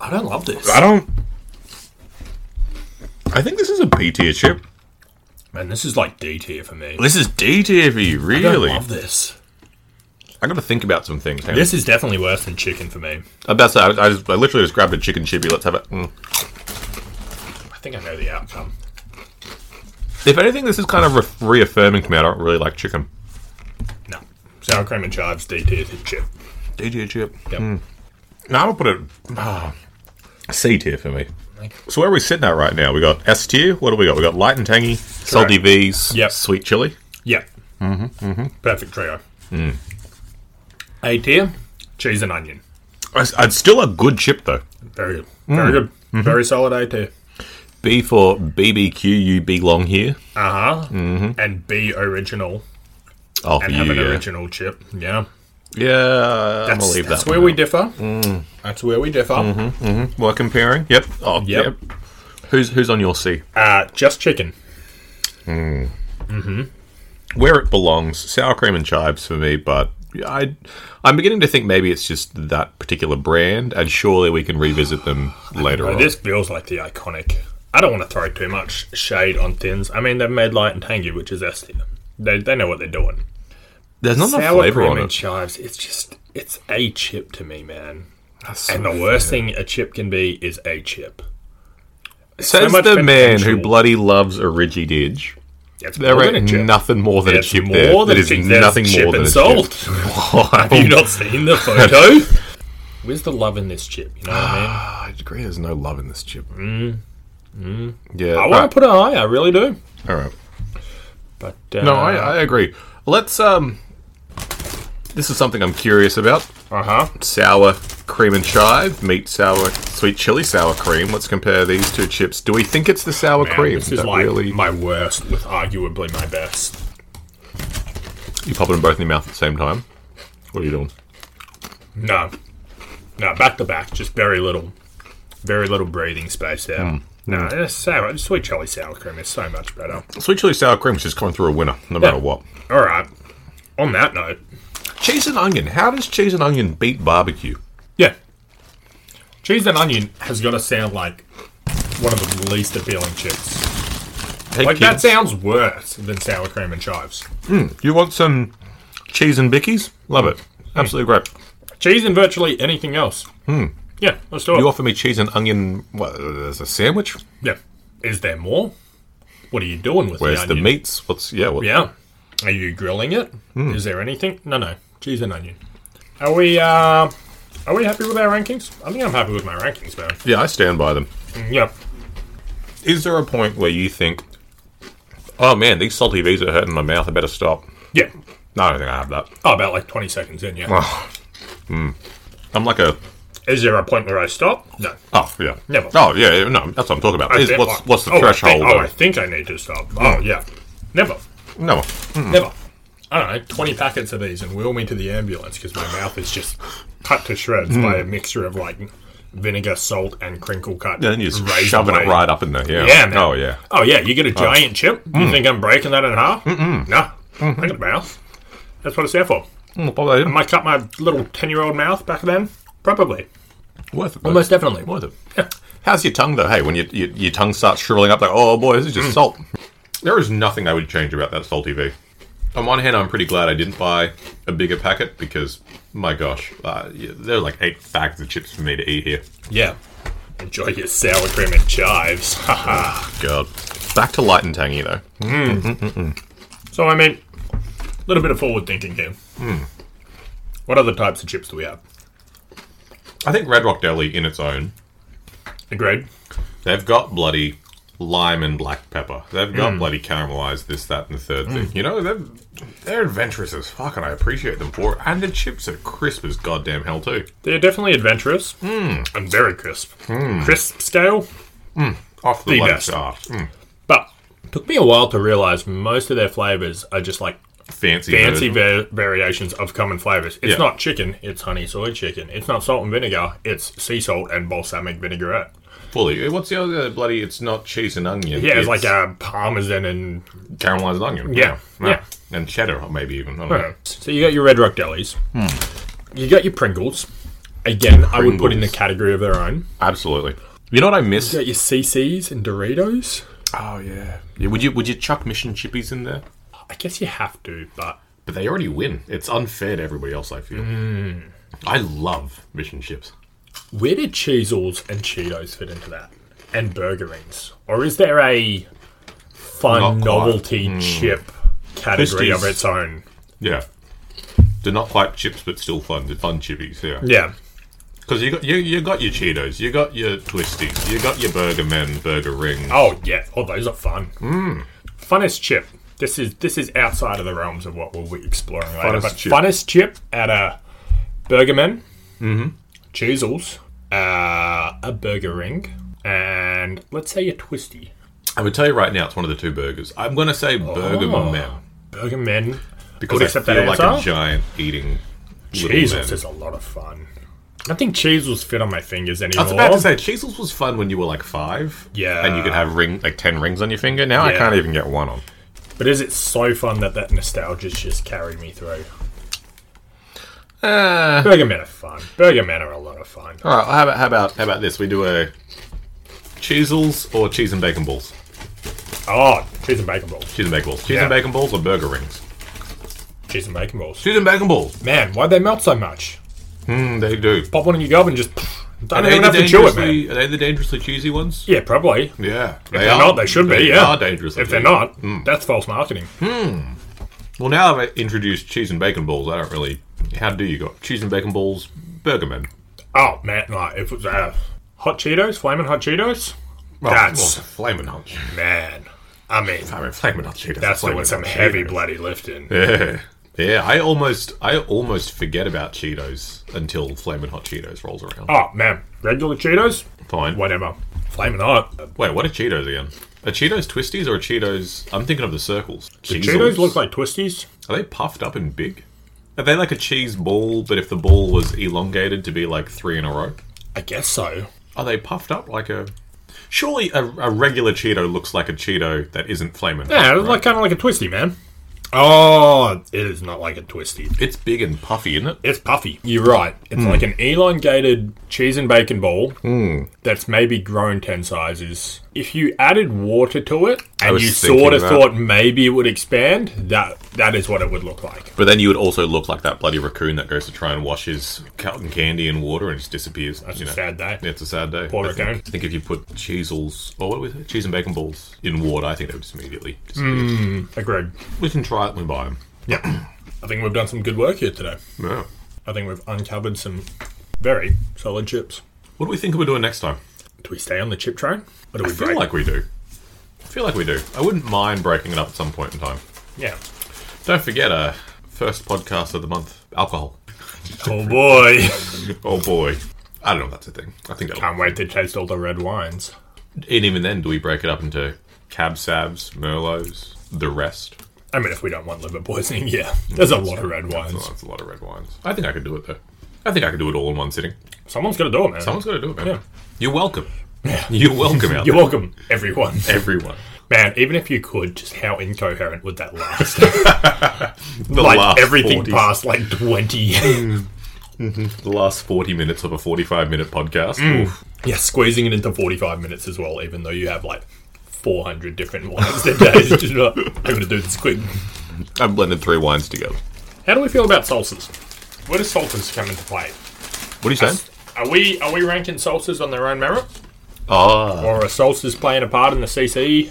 Speaker 1: I don't love this.
Speaker 2: I don't. I think this is a B tier chip.
Speaker 1: Man, this is like D tier for me.
Speaker 2: This is D tier for you,
Speaker 1: I don't
Speaker 2: really. I,
Speaker 1: love this.
Speaker 2: got to think about some things. Hang on.
Speaker 1: This is definitely worse than chicken for me.
Speaker 2: Uh, That's I, I, just, I literally just grabbed a chicken chippy. Let's have it. Mm.
Speaker 1: I think I know the outcome.
Speaker 2: If anything, this is kind of re- reaffirming to me. I don't really like chicken.
Speaker 1: No. Sour cream and chives, D tier to chip.
Speaker 2: DJ chip.
Speaker 1: Yep.
Speaker 2: Hmm. Now I'm gonna put it ah, C tier for me.
Speaker 1: Like-
Speaker 2: So where are we sitting at right now? We got S tier. What do we got? We got light and tangy, salty V's,
Speaker 1: Yep.
Speaker 2: sweet chili.
Speaker 1: Yep. Mm-hmm, mm-hmm. Perfect trio.
Speaker 2: Mm.
Speaker 1: A tier, cheese and onion.
Speaker 2: It's it's still a good chip though.
Speaker 1: Very good.
Speaker 2: Mm.
Speaker 1: Very good.
Speaker 2: Mm-hmm.
Speaker 1: Very solid A tier.
Speaker 2: B for BBQ. You belong here.
Speaker 1: Uh huh. And B original
Speaker 2: Oh, for
Speaker 1: and
Speaker 2: you,
Speaker 1: have an
Speaker 2: Mm-hmm. yeah.
Speaker 1: original chip. Yeah.
Speaker 2: yeah, I'm gonna
Speaker 1: That's,
Speaker 2: leave
Speaker 1: that's
Speaker 2: that.
Speaker 1: where
Speaker 2: one Mm. Mm-hmm.
Speaker 1: we differ. That's where we differ.
Speaker 2: out. We're comparing. Yep. Oh,
Speaker 1: Yep.
Speaker 2: yep. Who's who's on your C?
Speaker 1: Uh, just chicken.
Speaker 2: where it belongs, sour cream and chives for me, but I, I'm beginning to think maybe it's just that particular brand, and surely we can revisit them later on.
Speaker 1: This feels like the iconic. I don't want to throw too much shade on thins. I mean, they've made light and tangy, which is S tier. They, they know what they're doing.
Speaker 2: There's not enough
Speaker 1: sour
Speaker 2: flavour
Speaker 1: cream
Speaker 2: on
Speaker 1: and
Speaker 2: it.
Speaker 1: chives. It's just it's a chip to me, man. and the worst thing a chip can be is a chip.
Speaker 2: Says
Speaker 1: much
Speaker 2: the man who
Speaker 1: potential.
Speaker 2: bloody loves a Ridgy Didge.
Speaker 1: It's
Speaker 2: There
Speaker 1: more than a
Speaker 2: ain't
Speaker 1: chip.
Speaker 2: nothing more than
Speaker 1: It's
Speaker 2: a chip
Speaker 1: more
Speaker 2: there.
Speaker 1: than
Speaker 2: It
Speaker 1: a
Speaker 2: is
Speaker 1: chip. There's
Speaker 2: nothing
Speaker 1: chip
Speaker 2: more than
Speaker 1: and
Speaker 2: a
Speaker 1: salt.
Speaker 2: chip. Have
Speaker 1: You not seen the photo? Where's the love in this chip? You know what I mean.
Speaker 2: Ah, I agree. There's no love in this chip. Yeah.
Speaker 1: Mm, I want to put it high. I really do.
Speaker 2: all right.
Speaker 1: But uh,
Speaker 2: No, I, I agree. Let's um. This is something I'm curious about.
Speaker 1: uh huh.
Speaker 2: sour cream and chive, meat sour, sweet chili sour cream. Let's compare these two chips. Do we think it's the sour cream?
Speaker 1: This is
Speaker 2: That
Speaker 1: like
Speaker 2: really,
Speaker 1: my worst with arguably my best.
Speaker 2: you pop them both in your mouth at the same time. What are you doing?
Speaker 1: No, no, back to back. Just very little, very little breathing space there. No, it's sour. Sweet chili sour cream is so much better.
Speaker 2: Sweet chili sour cream is just coming through a winner, no matter what.
Speaker 1: All right. On that note,
Speaker 2: Cheese and onion. How does cheese and onion beat barbecue?
Speaker 1: yeah, cheese and onion has got to sound like one of the least appealing chips.
Speaker 2: Hey,
Speaker 1: Like that
Speaker 2: kids,
Speaker 1: sounds worse than sour cream and chives.
Speaker 2: You want some cheese and bickies? Love it. Absolutely great.
Speaker 1: Cheese and virtually anything else. Hmm. Yeah, let's do it.
Speaker 2: You offer me cheese and onion. What? There's a sandwich.
Speaker 1: yeah. Is there more? What are you doing with
Speaker 2: Where's
Speaker 1: the
Speaker 2: the
Speaker 1: onion?
Speaker 2: meats? What's yeah? What,
Speaker 1: Yeah. Are you grilling it? Is
Speaker 2: Hmm.
Speaker 1: there anything? No, no. Cheese and onion. Are we? Uh, are we happy with our rankings? I think I'm happy with my rankings, man.
Speaker 2: yeah, I stand by them.
Speaker 1: Yeah.
Speaker 2: Is there a point where you think, oh man, these salty V's are hurting my mouth, I better stop?
Speaker 1: Yeah.
Speaker 2: No, I don't think I have that. Oh. Hmm.
Speaker 1: Oh, about like 20 seconds in. Yeah.
Speaker 2: I'm like a,
Speaker 1: Is there a point where I stop? No.
Speaker 2: oh, yeah.
Speaker 1: Never.
Speaker 2: Oh, yeah, yeah, no, that's what I'm talking about. Is,
Speaker 1: Is there-
Speaker 2: what's, what's the
Speaker 1: oh, I
Speaker 2: threshold? Hmm.
Speaker 1: think- oh, I think I need to stop. Oh, yeah. Never.
Speaker 2: no.
Speaker 1: Never. I don't know. 20
Speaker 2: Hmm.
Speaker 1: packets of these and wheel me to the ambulance because my mouth is just cut to shreds by a mixture of like vinegar, salt, and crinkle cut.
Speaker 2: Yeah, then you're just
Speaker 1: razor
Speaker 2: shoving it
Speaker 1: blade.
Speaker 2: right up in there. Yeah.
Speaker 1: Yeah, man.
Speaker 2: Oh, yeah. Mm.
Speaker 1: Oh yeah, you get a giant chip. You think I'm breaking that in half? Mm-mm. No,
Speaker 2: Mm-hmm.
Speaker 1: I got a mouth. That's what it's there for.
Speaker 2: Mm, well, they-
Speaker 1: Am I cut my little ten-year-old mouth back then? Probably,
Speaker 2: Worth it. though.
Speaker 1: almost definitely.
Speaker 2: Worth it.
Speaker 1: Yeah.
Speaker 2: How's your tongue though? Hey, when your, your, your tongue starts shriveling up, like, oh boy, this is just salt. There is nothing I would change about that salty V. On one hand, I'm pretty glad I didn't buy a bigger packet because, my gosh, uh, yeah, there are like eight bags of chips for me to eat here.
Speaker 1: Yeah. Enjoy your sour cream and chives. Haha.
Speaker 2: God. Back to light and tangy though.
Speaker 1: so I mean, a little bit of forward thinking here.
Speaker 2: Hmm.
Speaker 1: What other types of chips do we have?
Speaker 2: I think Red Rock Deli in its own,
Speaker 1: Agreed.
Speaker 2: they've got bloody lime and black pepper. They've got bloody caramelized this, that, and the third thing. You know, they're, they're adventurous as fuck, and I appreciate them for it. And the chips are crisp as goddamn hell too.
Speaker 1: They're definitely adventurous
Speaker 2: Hmm.
Speaker 1: and very crisp. Crisp scale,
Speaker 2: off the,
Speaker 1: The
Speaker 2: left
Speaker 1: best.
Speaker 2: side. Mm.
Speaker 1: but took me a while to realize most of their flavors are just like
Speaker 2: Fancy,
Speaker 1: fancy
Speaker 2: version.
Speaker 1: va- variations of common flavors. It's
Speaker 2: Yeah.
Speaker 1: not chicken, it's honey soy chicken. It's not salt and vinegar, it's sea salt and balsamic vinaigrette.
Speaker 2: fully. What's the other bloody? It's not cheese and onion.
Speaker 1: Yeah, it's, like uh, parmesan and
Speaker 2: caramelized onion.
Speaker 1: Yeah, yeah.
Speaker 2: and cheddar maybe even. I don't know.
Speaker 1: So you got your Red Rock delis. You got your Pringles. Again, I would put in the
Speaker 2: Pringles.
Speaker 1: category of their own.
Speaker 2: Absolutely. You know what I miss?
Speaker 1: You got your CCs and Doritos.
Speaker 2: Oh yeah. Yeah, Would you would you chuck mission chippies in there?
Speaker 1: I guess you have to, but
Speaker 2: But they already win. It's unfair to everybody else. I feel.
Speaker 1: Hmm.
Speaker 2: I love mission chips.
Speaker 1: where did Cheezels and Cheetos fit into that? And Burgerings? Or is there a fun
Speaker 2: Not quite.
Speaker 1: novelty chip category
Speaker 2: Twisties.
Speaker 1: of its own?
Speaker 2: Yeah. They're not quite chips, but still fun. They're fun chippies, yeah.
Speaker 1: Yeah.
Speaker 2: Because you got you, you got your Cheetos, you got your Twisties, you got your Burger Men, Burger Ring.
Speaker 1: Oh yeah. Oh, those are fun.
Speaker 2: Hmm.
Speaker 1: Funnest chip. This is this is outside of the realms of what we'll be exploring later.
Speaker 2: Funnest
Speaker 1: but
Speaker 2: chip.
Speaker 1: funnest chip at a Burgerman, mm-hmm. Cheezels, uh, a Burger Ring, and let's say a Twisty.
Speaker 2: I would tell you right now, it's one of the two burgers. I'm going to say Burger Man
Speaker 1: Burgerman.
Speaker 2: because
Speaker 1: Would
Speaker 2: I
Speaker 1: accept
Speaker 2: feel
Speaker 1: Oh. that
Speaker 2: like a
Speaker 1: answer?
Speaker 2: giant eating. little man.
Speaker 1: Cheezels is a lot of fun. I think Cheezels fit on my fingers
Speaker 2: I
Speaker 1: anymore.
Speaker 2: was about to say Cheezels was fun when you were like five.
Speaker 1: Yeah.
Speaker 2: and you could have ring like ten rings on your finger. Now I
Speaker 1: Yeah.
Speaker 2: can't even get one on.
Speaker 1: but is it so fun that that nostalgia's just carried me through?
Speaker 2: Uh,
Speaker 1: Burger Men are fun. Burger Men are a lot of fun.
Speaker 2: all right, how about how about how about this? We do a Cheezels or cheese and bacon balls.
Speaker 1: Oh, cheese and bacon balls.
Speaker 2: Cheese and bacon balls. Cheese
Speaker 1: Yeah.
Speaker 2: and bacon balls or burger rings.
Speaker 1: Cheese and bacon balls.
Speaker 2: Cheese and bacon balls.
Speaker 1: Man, why'd they melt so much?
Speaker 2: Mm, they do.
Speaker 1: Pop one in your gob and just pff, don't
Speaker 2: Are they,
Speaker 1: even
Speaker 2: the
Speaker 1: have to chew it, man.
Speaker 2: dangerously- are they the dangerously cheesy ones?
Speaker 1: Yeah, probably. If
Speaker 2: Yeah, if
Speaker 1: they're not, they should be. Yeah,
Speaker 2: are dangerously.
Speaker 1: If they're
Speaker 2: cheesy.
Speaker 1: not, that's false marketing.
Speaker 2: Well, now I've introduced cheese and bacon balls. I don't really. How do you got cheese and bacon balls, Burger Man?
Speaker 1: Oh man, like if it was uh, hot Cheetos, flaming hot Cheetos. That's-
Speaker 2: flaming hot.
Speaker 1: Man, I mean,
Speaker 2: I mean, flaming hot Cheetos.
Speaker 1: that's
Speaker 2: Flamin'
Speaker 1: doing some
Speaker 2: Hot
Speaker 1: heavy
Speaker 2: Cheetos.
Speaker 1: bloody lifting.
Speaker 2: Yeah, yeah. I almost, I almost forget about Cheetos until flaming hot Cheetos rolls around.
Speaker 1: Oh man, regular Cheetos,
Speaker 2: Fine. Wait,
Speaker 1: whatever. Flaming hot. The
Speaker 2: what are Cheetos again? Are Cheetos twisties or are Cheetos? I'm thinking of the circles.
Speaker 1: Cheetos look like twisties.
Speaker 2: Are they puffed up and big? Are they like a cheese ball, but if the ball was elongated to be like three in a row?
Speaker 1: I guess so.
Speaker 2: Are they puffed up like a? Surely a, a regular Cheeto looks like a Cheeto that isn't flaming.
Speaker 1: Yeah, it was like kind of like a twisty, man. Oh, it is not like a twisty.
Speaker 2: It's big and puffy, isn't it?
Speaker 1: It's puffy. You're right. It's
Speaker 2: Hmm.
Speaker 1: like an elongated cheese and bacon ball that's maybe grown 10 sizes. If you added water to it and
Speaker 2: was
Speaker 1: you
Speaker 2: thinking
Speaker 1: sort of
Speaker 2: that.
Speaker 1: thought maybe it would expand, that that is what it would look like.
Speaker 2: But then you would also look like that bloody raccoon that goes to try and wash his cotton candy in water and just disappears. That's
Speaker 1: It's a sad day.
Speaker 2: It's a sad day.
Speaker 1: Poor
Speaker 2: I think,
Speaker 1: raccoon.
Speaker 2: I think if you put cheesels, or what was it? Cheese and bacon balls in water, I think they would just immediately disappear.
Speaker 1: Hmm. Agreed.
Speaker 2: We can try it when we buy them.
Speaker 1: Yeah. I think we've done some good work here today.
Speaker 2: Yeah.
Speaker 1: I think we've uncovered some very solid chips.
Speaker 2: What do we think we're doing next time?
Speaker 1: Do we stay on the chip train? Or do we
Speaker 2: I feel
Speaker 1: break?
Speaker 2: like we do. I feel like we do. I wouldn't mind breaking it up at some point in time.
Speaker 1: yeah.
Speaker 2: Don't forget, uh, first podcast of the month, alcohol.
Speaker 1: Oh boy.
Speaker 2: Oh boy. I don't know if that's a thing. I think that'll...
Speaker 1: Can't wait to taste all the red wines.
Speaker 2: And even then, do we break it up into cab salves, merlots, the rest?
Speaker 1: I mean, if we don't want liver poisoning, yeah. There's a lot of red wines.
Speaker 2: Oh, that's a lot of red wines. I think I could do it though. I think I can do it all in one sitting.
Speaker 1: Someone's gonna do it, man.
Speaker 2: Someone's got to do it, man.
Speaker 1: Yeah.
Speaker 2: You're welcome. You're welcome out
Speaker 1: You're
Speaker 2: there,
Speaker 1: welcome, everyone.
Speaker 2: everyone.
Speaker 1: Man, even if you could, just how incoherent would that last?
Speaker 2: The
Speaker 1: like
Speaker 2: last
Speaker 1: everything
Speaker 2: 40
Speaker 1: past like twenty.
Speaker 2: The last 40 minutes of a 45 minute podcast.
Speaker 1: Mm.
Speaker 2: Oof.
Speaker 1: yeah, squeezing it into forty-five minutes as well, even though you have like four hundred different wines a day. It's just like, I'm gonna do this quick.
Speaker 2: I've blended three wines together.
Speaker 1: How do we feel about salsas? Where do salsas come into play?
Speaker 2: What are you saying?
Speaker 1: Are we are we ranking salsas on their own merit,
Speaker 2: Ah,
Speaker 1: or are salsas playing a part in the E? CCE?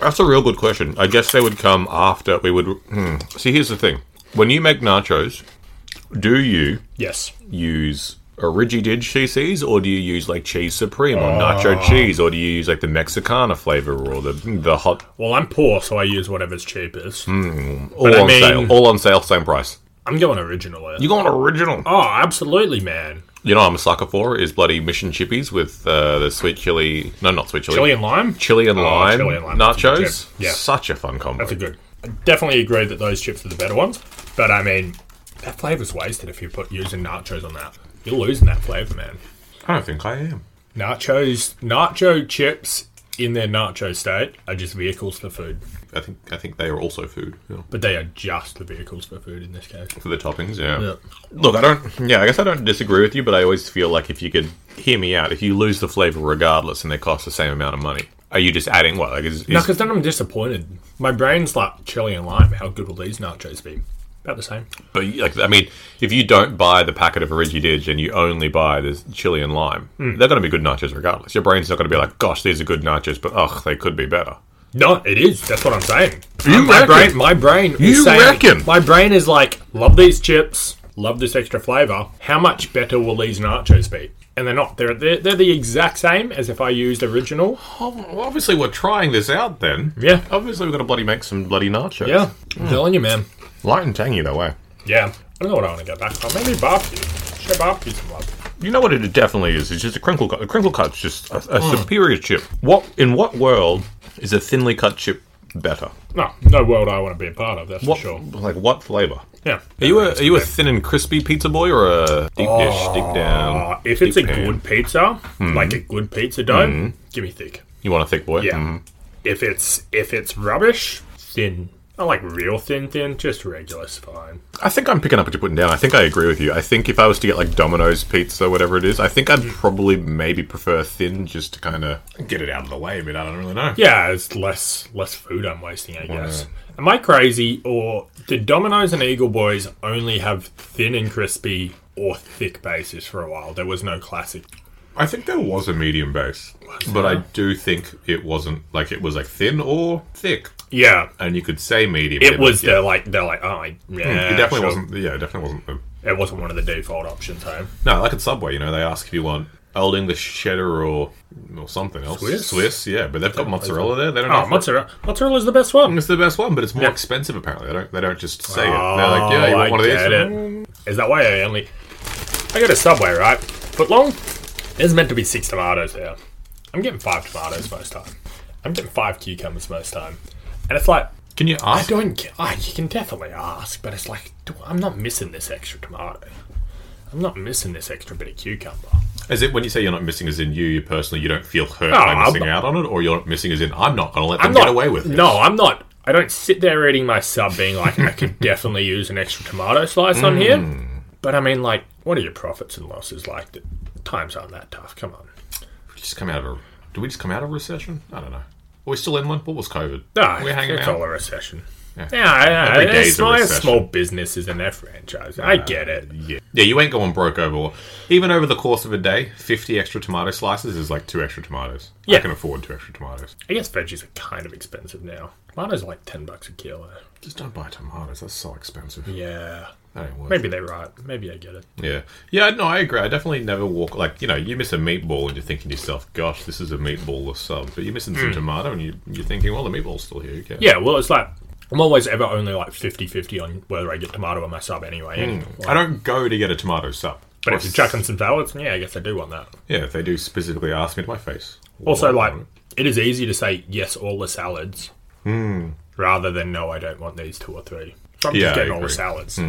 Speaker 2: that's a real good question. I guess they would come after we would. Hmm. See, here's the thing: when you make nachos, do you
Speaker 1: Yes.
Speaker 2: use Origidid CCs, or do you use like cheese supreme or nacho
Speaker 1: Oh.
Speaker 2: cheese, or do you use like the Mexicana flavor or the the hot
Speaker 1: Well, I'm poor, so I use whatever's cheapest.
Speaker 2: Hmm. all
Speaker 1: I
Speaker 2: on
Speaker 1: mean-
Speaker 2: sale, all on sale, same price?
Speaker 1: I'm going original. eh? Here.
Speaker 2: You going original?
Speaker 1: Oh, absolutely, man.
Speaker 2: You know, what I'm a sucker for is bloody mission chippies with uh, the sweet chili. No, not sweet chili.
Speaker 1: Chili and lime.
Speaker 2: Chili and, lime,
Speaker 1: chili and lime.
Speaker 2: nachos.
Speaker 1: Yeah.
Speaker 2: Such a fun combo.
Speaker 1: That's a good. I definitely agree that those chips are the better ones, but I mean, that flavor's wasted if you put using nachos on that. You're losing that flavor, man.
Speaker 2: I don't think I am.
Speaker 1: Nachos, nacho chips in their nacho state are just vehicles for food,
Speaker 2: I think I think they are also food yeah.
Speaker 1: but they are just the vehicles for food in this case.
Speaker 2: for the toppings. Yeah.
Speaker 1: Yeah.
Speaker 2: Look, I don't. Yeah, I guess I don't disagree with you, but I always feel like if you could hear me out, if you lose the flavor regardless, and they cost the same amount of money, are you just adding what? Like, is, is
Speaker 1: No, because then I'm disappointed. My brain's like chili and lime. How good will these nachos be? About the same.
Speaker 2: but like I mean, if you don't buy the packet of Origididge and you only buy the chili and lime,
Speaker 1: Hmm.
Speaker 2: they're going to be good nachos regardless. Your brain's not going to be like, gosh, these are good nachos, but ugh, they could be better.
Speaker 1: No, it is. That's what I'm saying.
Speaker 2: You
Speaker 1: my
Speaker 2: reckon?
Speaker 1: brain, my brain. is
Speaker 2: You
Speaker 1: saying-
Speaker 2: reckon?
Speaker 1: My brain is like, love these chips, love this extra flavor. How much better will these nachos be? And they're not. They're they're, they're the exact same as if I used original.
Speaker 2: Oh, well, obviously we're trying this out then.
Speaker 1: Yeah.
Speaker 2: Obviously we're going to bloody make some bloody nachos.
Speaker 1: Yeah,
Speaker 2: Mm.
Speaker 1: I'm telling you, man.
Speaker 2: Light and tangy though, eh?
Speaker 1: Yeah, I don't know what I want to go back for. Maybe barbecue. Show barbecue some love.
Speaker 2: You know what it definitely is? It's just a crinkle cut. A crinkle cut's just a, a superior chip. What in what world is a thinly cut chip better?
Speaker 1: No, no world I want to be a part of. That's
Speaker 2: What,
Speaker 1: for sure.
Speaker 2: Like what flavor?
Speaker 1: Yeah.
Speaker 2: Are you a are you a thin and crispy pizza boy or a deep dish, deep down?
Speaker 1: Uh, if it's a
Speaker 2: Thick pan.
Speaker 1: good pizza,
Speaker 2: Hmm.
Speaker 1: like a good pizza dough, give me thick.
Speaker 2: You want a thick boy?
Speaker 1: Yeah.
Speaker 2: Mm.
Speaker 1: If it's if it's rubbish, thin. I like real thin, thin. Just regular's fine.
Speaker 2: I think I'm picking up what you're putting down. I think I agree with you. I think if I was to get like Domino's pizza, whatever it is, I think I'd probably maybe prefer thin just to kind of get it out of the way. I mean, I don't really know.
Speaker 1: Yeah, it's less less food I'm wasting. I guess. Am I crazy, or did Domino's and Eagle Boys only have thin and crispy or thick bases for a while? There was no classic.
Speaker 2: I think there was a medium base, but I do think it wasn't like it was like thin or thick,
Speaker 1: Yeah,
Speaker 2: and you could say medium.
Speaker 1: it was. They're like they're like oh I- yeah.
Speaker 2: Hmm, It definitely
Speaker 1: sure.
Speaker 2: wasn't. Yeah, it definitely wasn't. The,
Speaker 1: It wasn't one of the default options. Home.
Speaker 2: no, like at Subway, you know, they ask if you want old English cheddar or or something else.
Speaker 1: Swiss?
Speaker 2: yeah, but they've got mozzarella there. They don't.
Speaker 1: Oh,
Speaker 2: offer it.
Speaker 1: mozzarella. Mozzarella's the best one.
Speaker 2: It's the best one, but it's more expensive apparently. They don't. They don't just say it. They're like, yeah, you
Speaker 1: Oh,
Speaker 2: want one of
Speaker 1: I
Speaker 2: these?
Speaker 1: get it. Is that why I only I go to Subway, right? Foot long? There's meant to be six tomatoes there. I'm getting five tomatoes most time. I'm getting five cucumbers most time. And it's like
Speaker 2: Can you
Speaker 1: I
Speaker 2: ask?
Speaker 1: don't get I you can definitely ask, but it's like do, I'm not missing this extra tomato. I'm not missing this extra bit of cucumber.
Speaker 2: Is it when you say you're not missing, as in you, you personally, you don't feel hurt
Speaker 1: No,
Speaker 2: by
Speaker 1: I'm
Speaker 2: missing
Speaker 1: not-
Speaker 2: out on it, or you're not missing, as in I'm not going to let them
Speaker 1: I'm
Speaker 2: get
Speaker 1: not-
Speaker 2: away with it?
Speaker 1: No, I'm not. I don't sit there eating my sub being like, I could definitely use an extra tomato slice on
Speaker 2: Mm.
Speaker 1: here. But I mean, like, what are your profits and losses like? The times aren't that tough. Come on.
Speaker 2: just come out of a. Did we just come out of a recession? I don't know. Are we still in one? What was COVID?
Speaker 1: No,
Speaker 2: we're hanging
Speaker 1: Ah, it's
Speaker 2: out.
Speaker 1: all a recession.
Speaker 2: Yeah.
Speaker 1: Yeah, yeah,
Speaker 2: Every
Speaker 1: it's
Speaker 2: day's a
Speaker 1: not a
Speaker 2: recession.
Speaker 1: small business is in their franchise. I get it.
Speaker 2: Yeah. yeah, you ain't going broke over. Even over the course of a day, fifty extra tomato slices is like two extra tomatoes. I
Speaker 1: Yeah.
Speaker 2: can afford two extra tomatoes.
Speaker 1: I guess veggies are kind of expensive now. Tomatoes are like ten bucks a kilo.
Speaker 2: Just don't buy tomatoes. That's so expensive.
Speaker 1: Yeah,
Speaker 2: That ain't worth
Speaker 1: maybe they're right. Maybe I get it.
Speaker 2: it. Yeah, yeah. No, I agree. I definitely never walk like you know. You miss a meatball and you're thinking to yourself, "Gosh, this is a meatball or sub." But you're missing some tomato and you, you're thinking, "Well, the meatball's still here. Who cares?"
Speaker 1: Hmm. Yeah, well, it's like I'm always ever only like 50-50 on whether I get tomato or my sub
Speaker 2: Hmm.
Speaker 1: anyway.
Speaker 2: I don't go to get a tomato sub.
Speaker 1: But
Speaker 2: Or
Speaker 1: if you
Speaker 2: s-
Speaker 1: chuck in some salads, yeah, I guess I do want that.
Speaker 2: yeah, if they do specifically ask me to my face.
Speaker 1: Also,
Speaker 2: Well,
Speaker 1: like, it is easy to say yes, all the salads, rather than no, I don't want these two or three. So I'm
Speaker 2: Hmm. Yeah, I
Speaker 1: just getting all
Speaker 2: agree.
Speaker 1: the salads. Or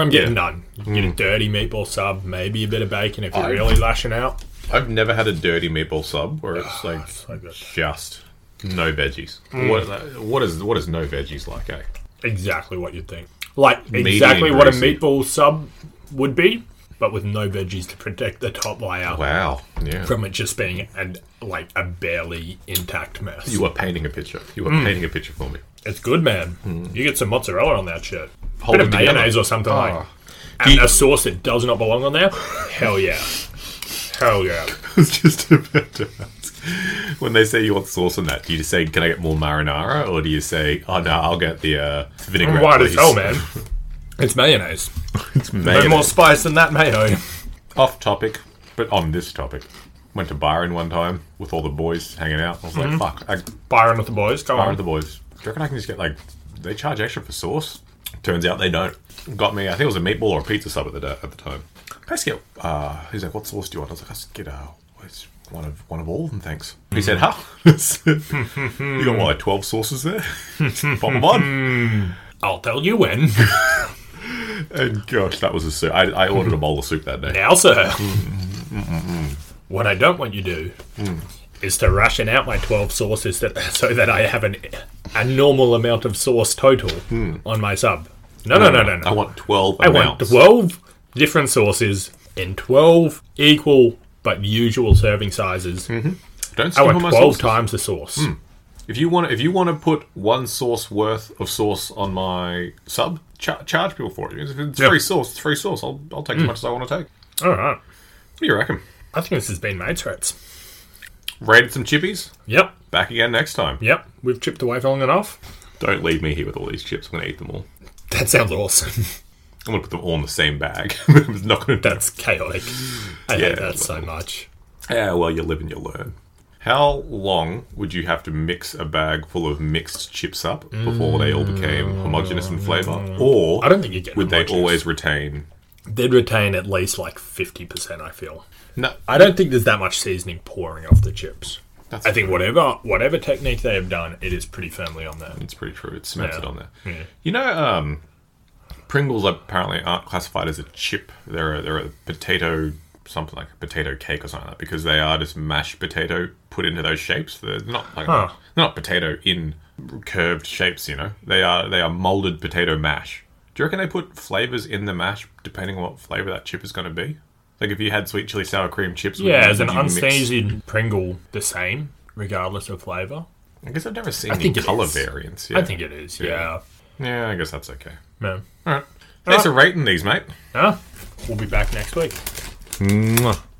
Speaker 1: I'm getting
Speaker 2: Yeah. Hmm.
Speaker 1: none. You can get a dirty meatball sub, maybe a bit of bacon if you're really lashing out.
Speaker 2: I've never had a dirty meatball sub where it's like
Speaker 1: Ah, so good.
Speaker 2: just no veggies. What, what is what is no veggies like? Eh?
Speaker 1: Exactly what you'd think. Like
Speaker 2: Medium
Speaker 1: exactly what a
Speaker 2: greasy.
Speaker 1: meatball sub would be, but with no veggies to protect the top layer
Speaker 2: Wow. Yeah.
Speaker 1: from it just being an, like a barely intact mess.
Speaker 2: You are painting a picture. You are painting a picture for me.
Speaker 1: It's good, man.
Speaker 2: Hmm.
Speaker 1: You get some mozzarella on that shit.
Speaker 2: Hold
Speaker 1: Bit of
Speaker 2: it together.
Speaker 1: mayonnaise or something like.
Speaker 2: Ah.
Speaker 1: And
Speaker 2: you-
Speaker 1: a sauce that does not belong on there. Hell yeah. Hell yeah.
Speaker 2: I was just about to ask. When they say you want sauce on that, do you just say, "Can I get more marinara?" or do you say, "Oh no, I'll get the uh, vinaigrette"?
Speaker 1: Why as
Speaker 2: please."
Speaker 1: hell, man. It's mayonnaise.
Speaker 2: it's
Speaker 1: No
Speaker 2: mayonnaise.
Speaker 1: more spice than that eh? mayo.
Speaker 2: off topic, but on this topic. Went to Byron one time with all the boys hanging out. I was like, "Fuck, I
Speaker 1: Byron with the boys. Go
Speaker 2: Byron
Speaker 1: on.
Speaker 2: the boys. Do you reckon I can just get like they charge extra for sauce? Turns out they don't. Got me. I think it was a meatball or a pizza sub at the da- at the time. Can I just get? Uh, he's like, "What sauce do you want?" I was like, "I just get uh, it's one of one of all of them, thanks." He said, "Huh? you got what, like twelve sauces there? Pop 'em on."
Speaker 1: I'll tell you when.
Speaker 2: And gosh, that was a soup. I, I ordered a bowl of soup that day.
Speaker 1: Now, sir.
Speaker 2: Mm,
Speaker 1: what I don't want you to do
Speaker 2: Mm.
Speaker 1: is to ration out my 12 sauces that, so that I have an, a normal amount of sauce total
Speaker 2: Hmm.
Speaker 1: on my sub. No, no, no, no, no.
Speaker 2: I want twelve.
Speaker 1: I want 12 different sauces in 12 equal but usual serving sizes.
Speaker 2: Don't
Speaker 1: I
Speaker 2: skimp
Speaker 1: want
Speaker 2: on Mm-hmm. my Hmm.
Speaker 1: 12
Speaker 2: sauce.
Speaker 1: times the sauce.
Speaker 2: If you want, if you want to put one sauce worth of sauce on my sub, char- charge people for it. If it's
Speaker 1: Yeah.
Speaker 2: free sauce, it's free sauce. I'll, I'll
Speaker 1: Mm.
Speaker 2: take as much as I want to take. What
Speaker 1: All right.
Speaker 2: do you reckon?
Speaker 1: I think this has been mates threats.
Speaker 2: Raided some chippies.
Speaker 1: Yep.
Speaker 2: Back again next time.
Speaker 1: Yep. We've chipped away for long enough.
Speaker 2: Don't leave me here with all these chips. I'm gonna eat them all.
Speaker 1: That sounds awesome.
Speaker 2: I'm gonna put them all in the same bag. it's not gonna.
Speaker 1: That's chaotic. I
Speaker 2: Yeah,
Speaker 1: hate that so much.
Speaker 2: Yeah, well, you live and you learn. How long would you have to mix a bag full of mixed chips up before they all became homogenous in flavour? Or
Speaker 1: Mm. I don't think you get
Speaker 2: would they
Speaker 1: homogeneous.
Speaker 2: always retain?
Speaker 1: They'd retain at least like 50%, I feel.
Speaker 2: No,
Speaker 1: I don't think there's that much seasoning pouring off the chips.
Speaker 2: That's
Speaker 1: I think whatever whatever technique they have done, it is pretty firmly on there.
Speaker 2: It's pretty true. It's cemented
Speaker 1: Yeah.
Speaker 2: on there.
Speaker 1: Yeah.
Speaker 2: You know, um, Pringles apparently aren't classified as a chip. They're a, they're a potato something like a potato cake or something like that because they are just mashed potato put into those shapes. They're not like
Speaker 1: Huh.
Speaker 2: they're not potato in curved shapes. You know, they are they are molded potato mash. Do you reckon they put flavors in the mash depending on what flavor that chip is going to be? Like if you had sweet chili sour cream chips, would
Speaker 1: Yeah,
Speaker 2: you-
Speaker 1: is an
Speaker 2: would you mix- Mm.
Speaker 1: unseasoned Pringle the same, regardless of flavour?
Speaker 2: I guess I've never seen any
Speaker 1: think it
Speaker 2: color
Speaker 1: is.
Speaker 2: variants. Yeah.
Speaker 1: I think it is, yeah.
Speaker 2: yeah, I guess that's okay.
Speaker 1: Man.
Speaker 2: All right. Thanks for rating these, mate.
Speaker 1: Huh? We'll be back next week.
Speaker 2: Mwah.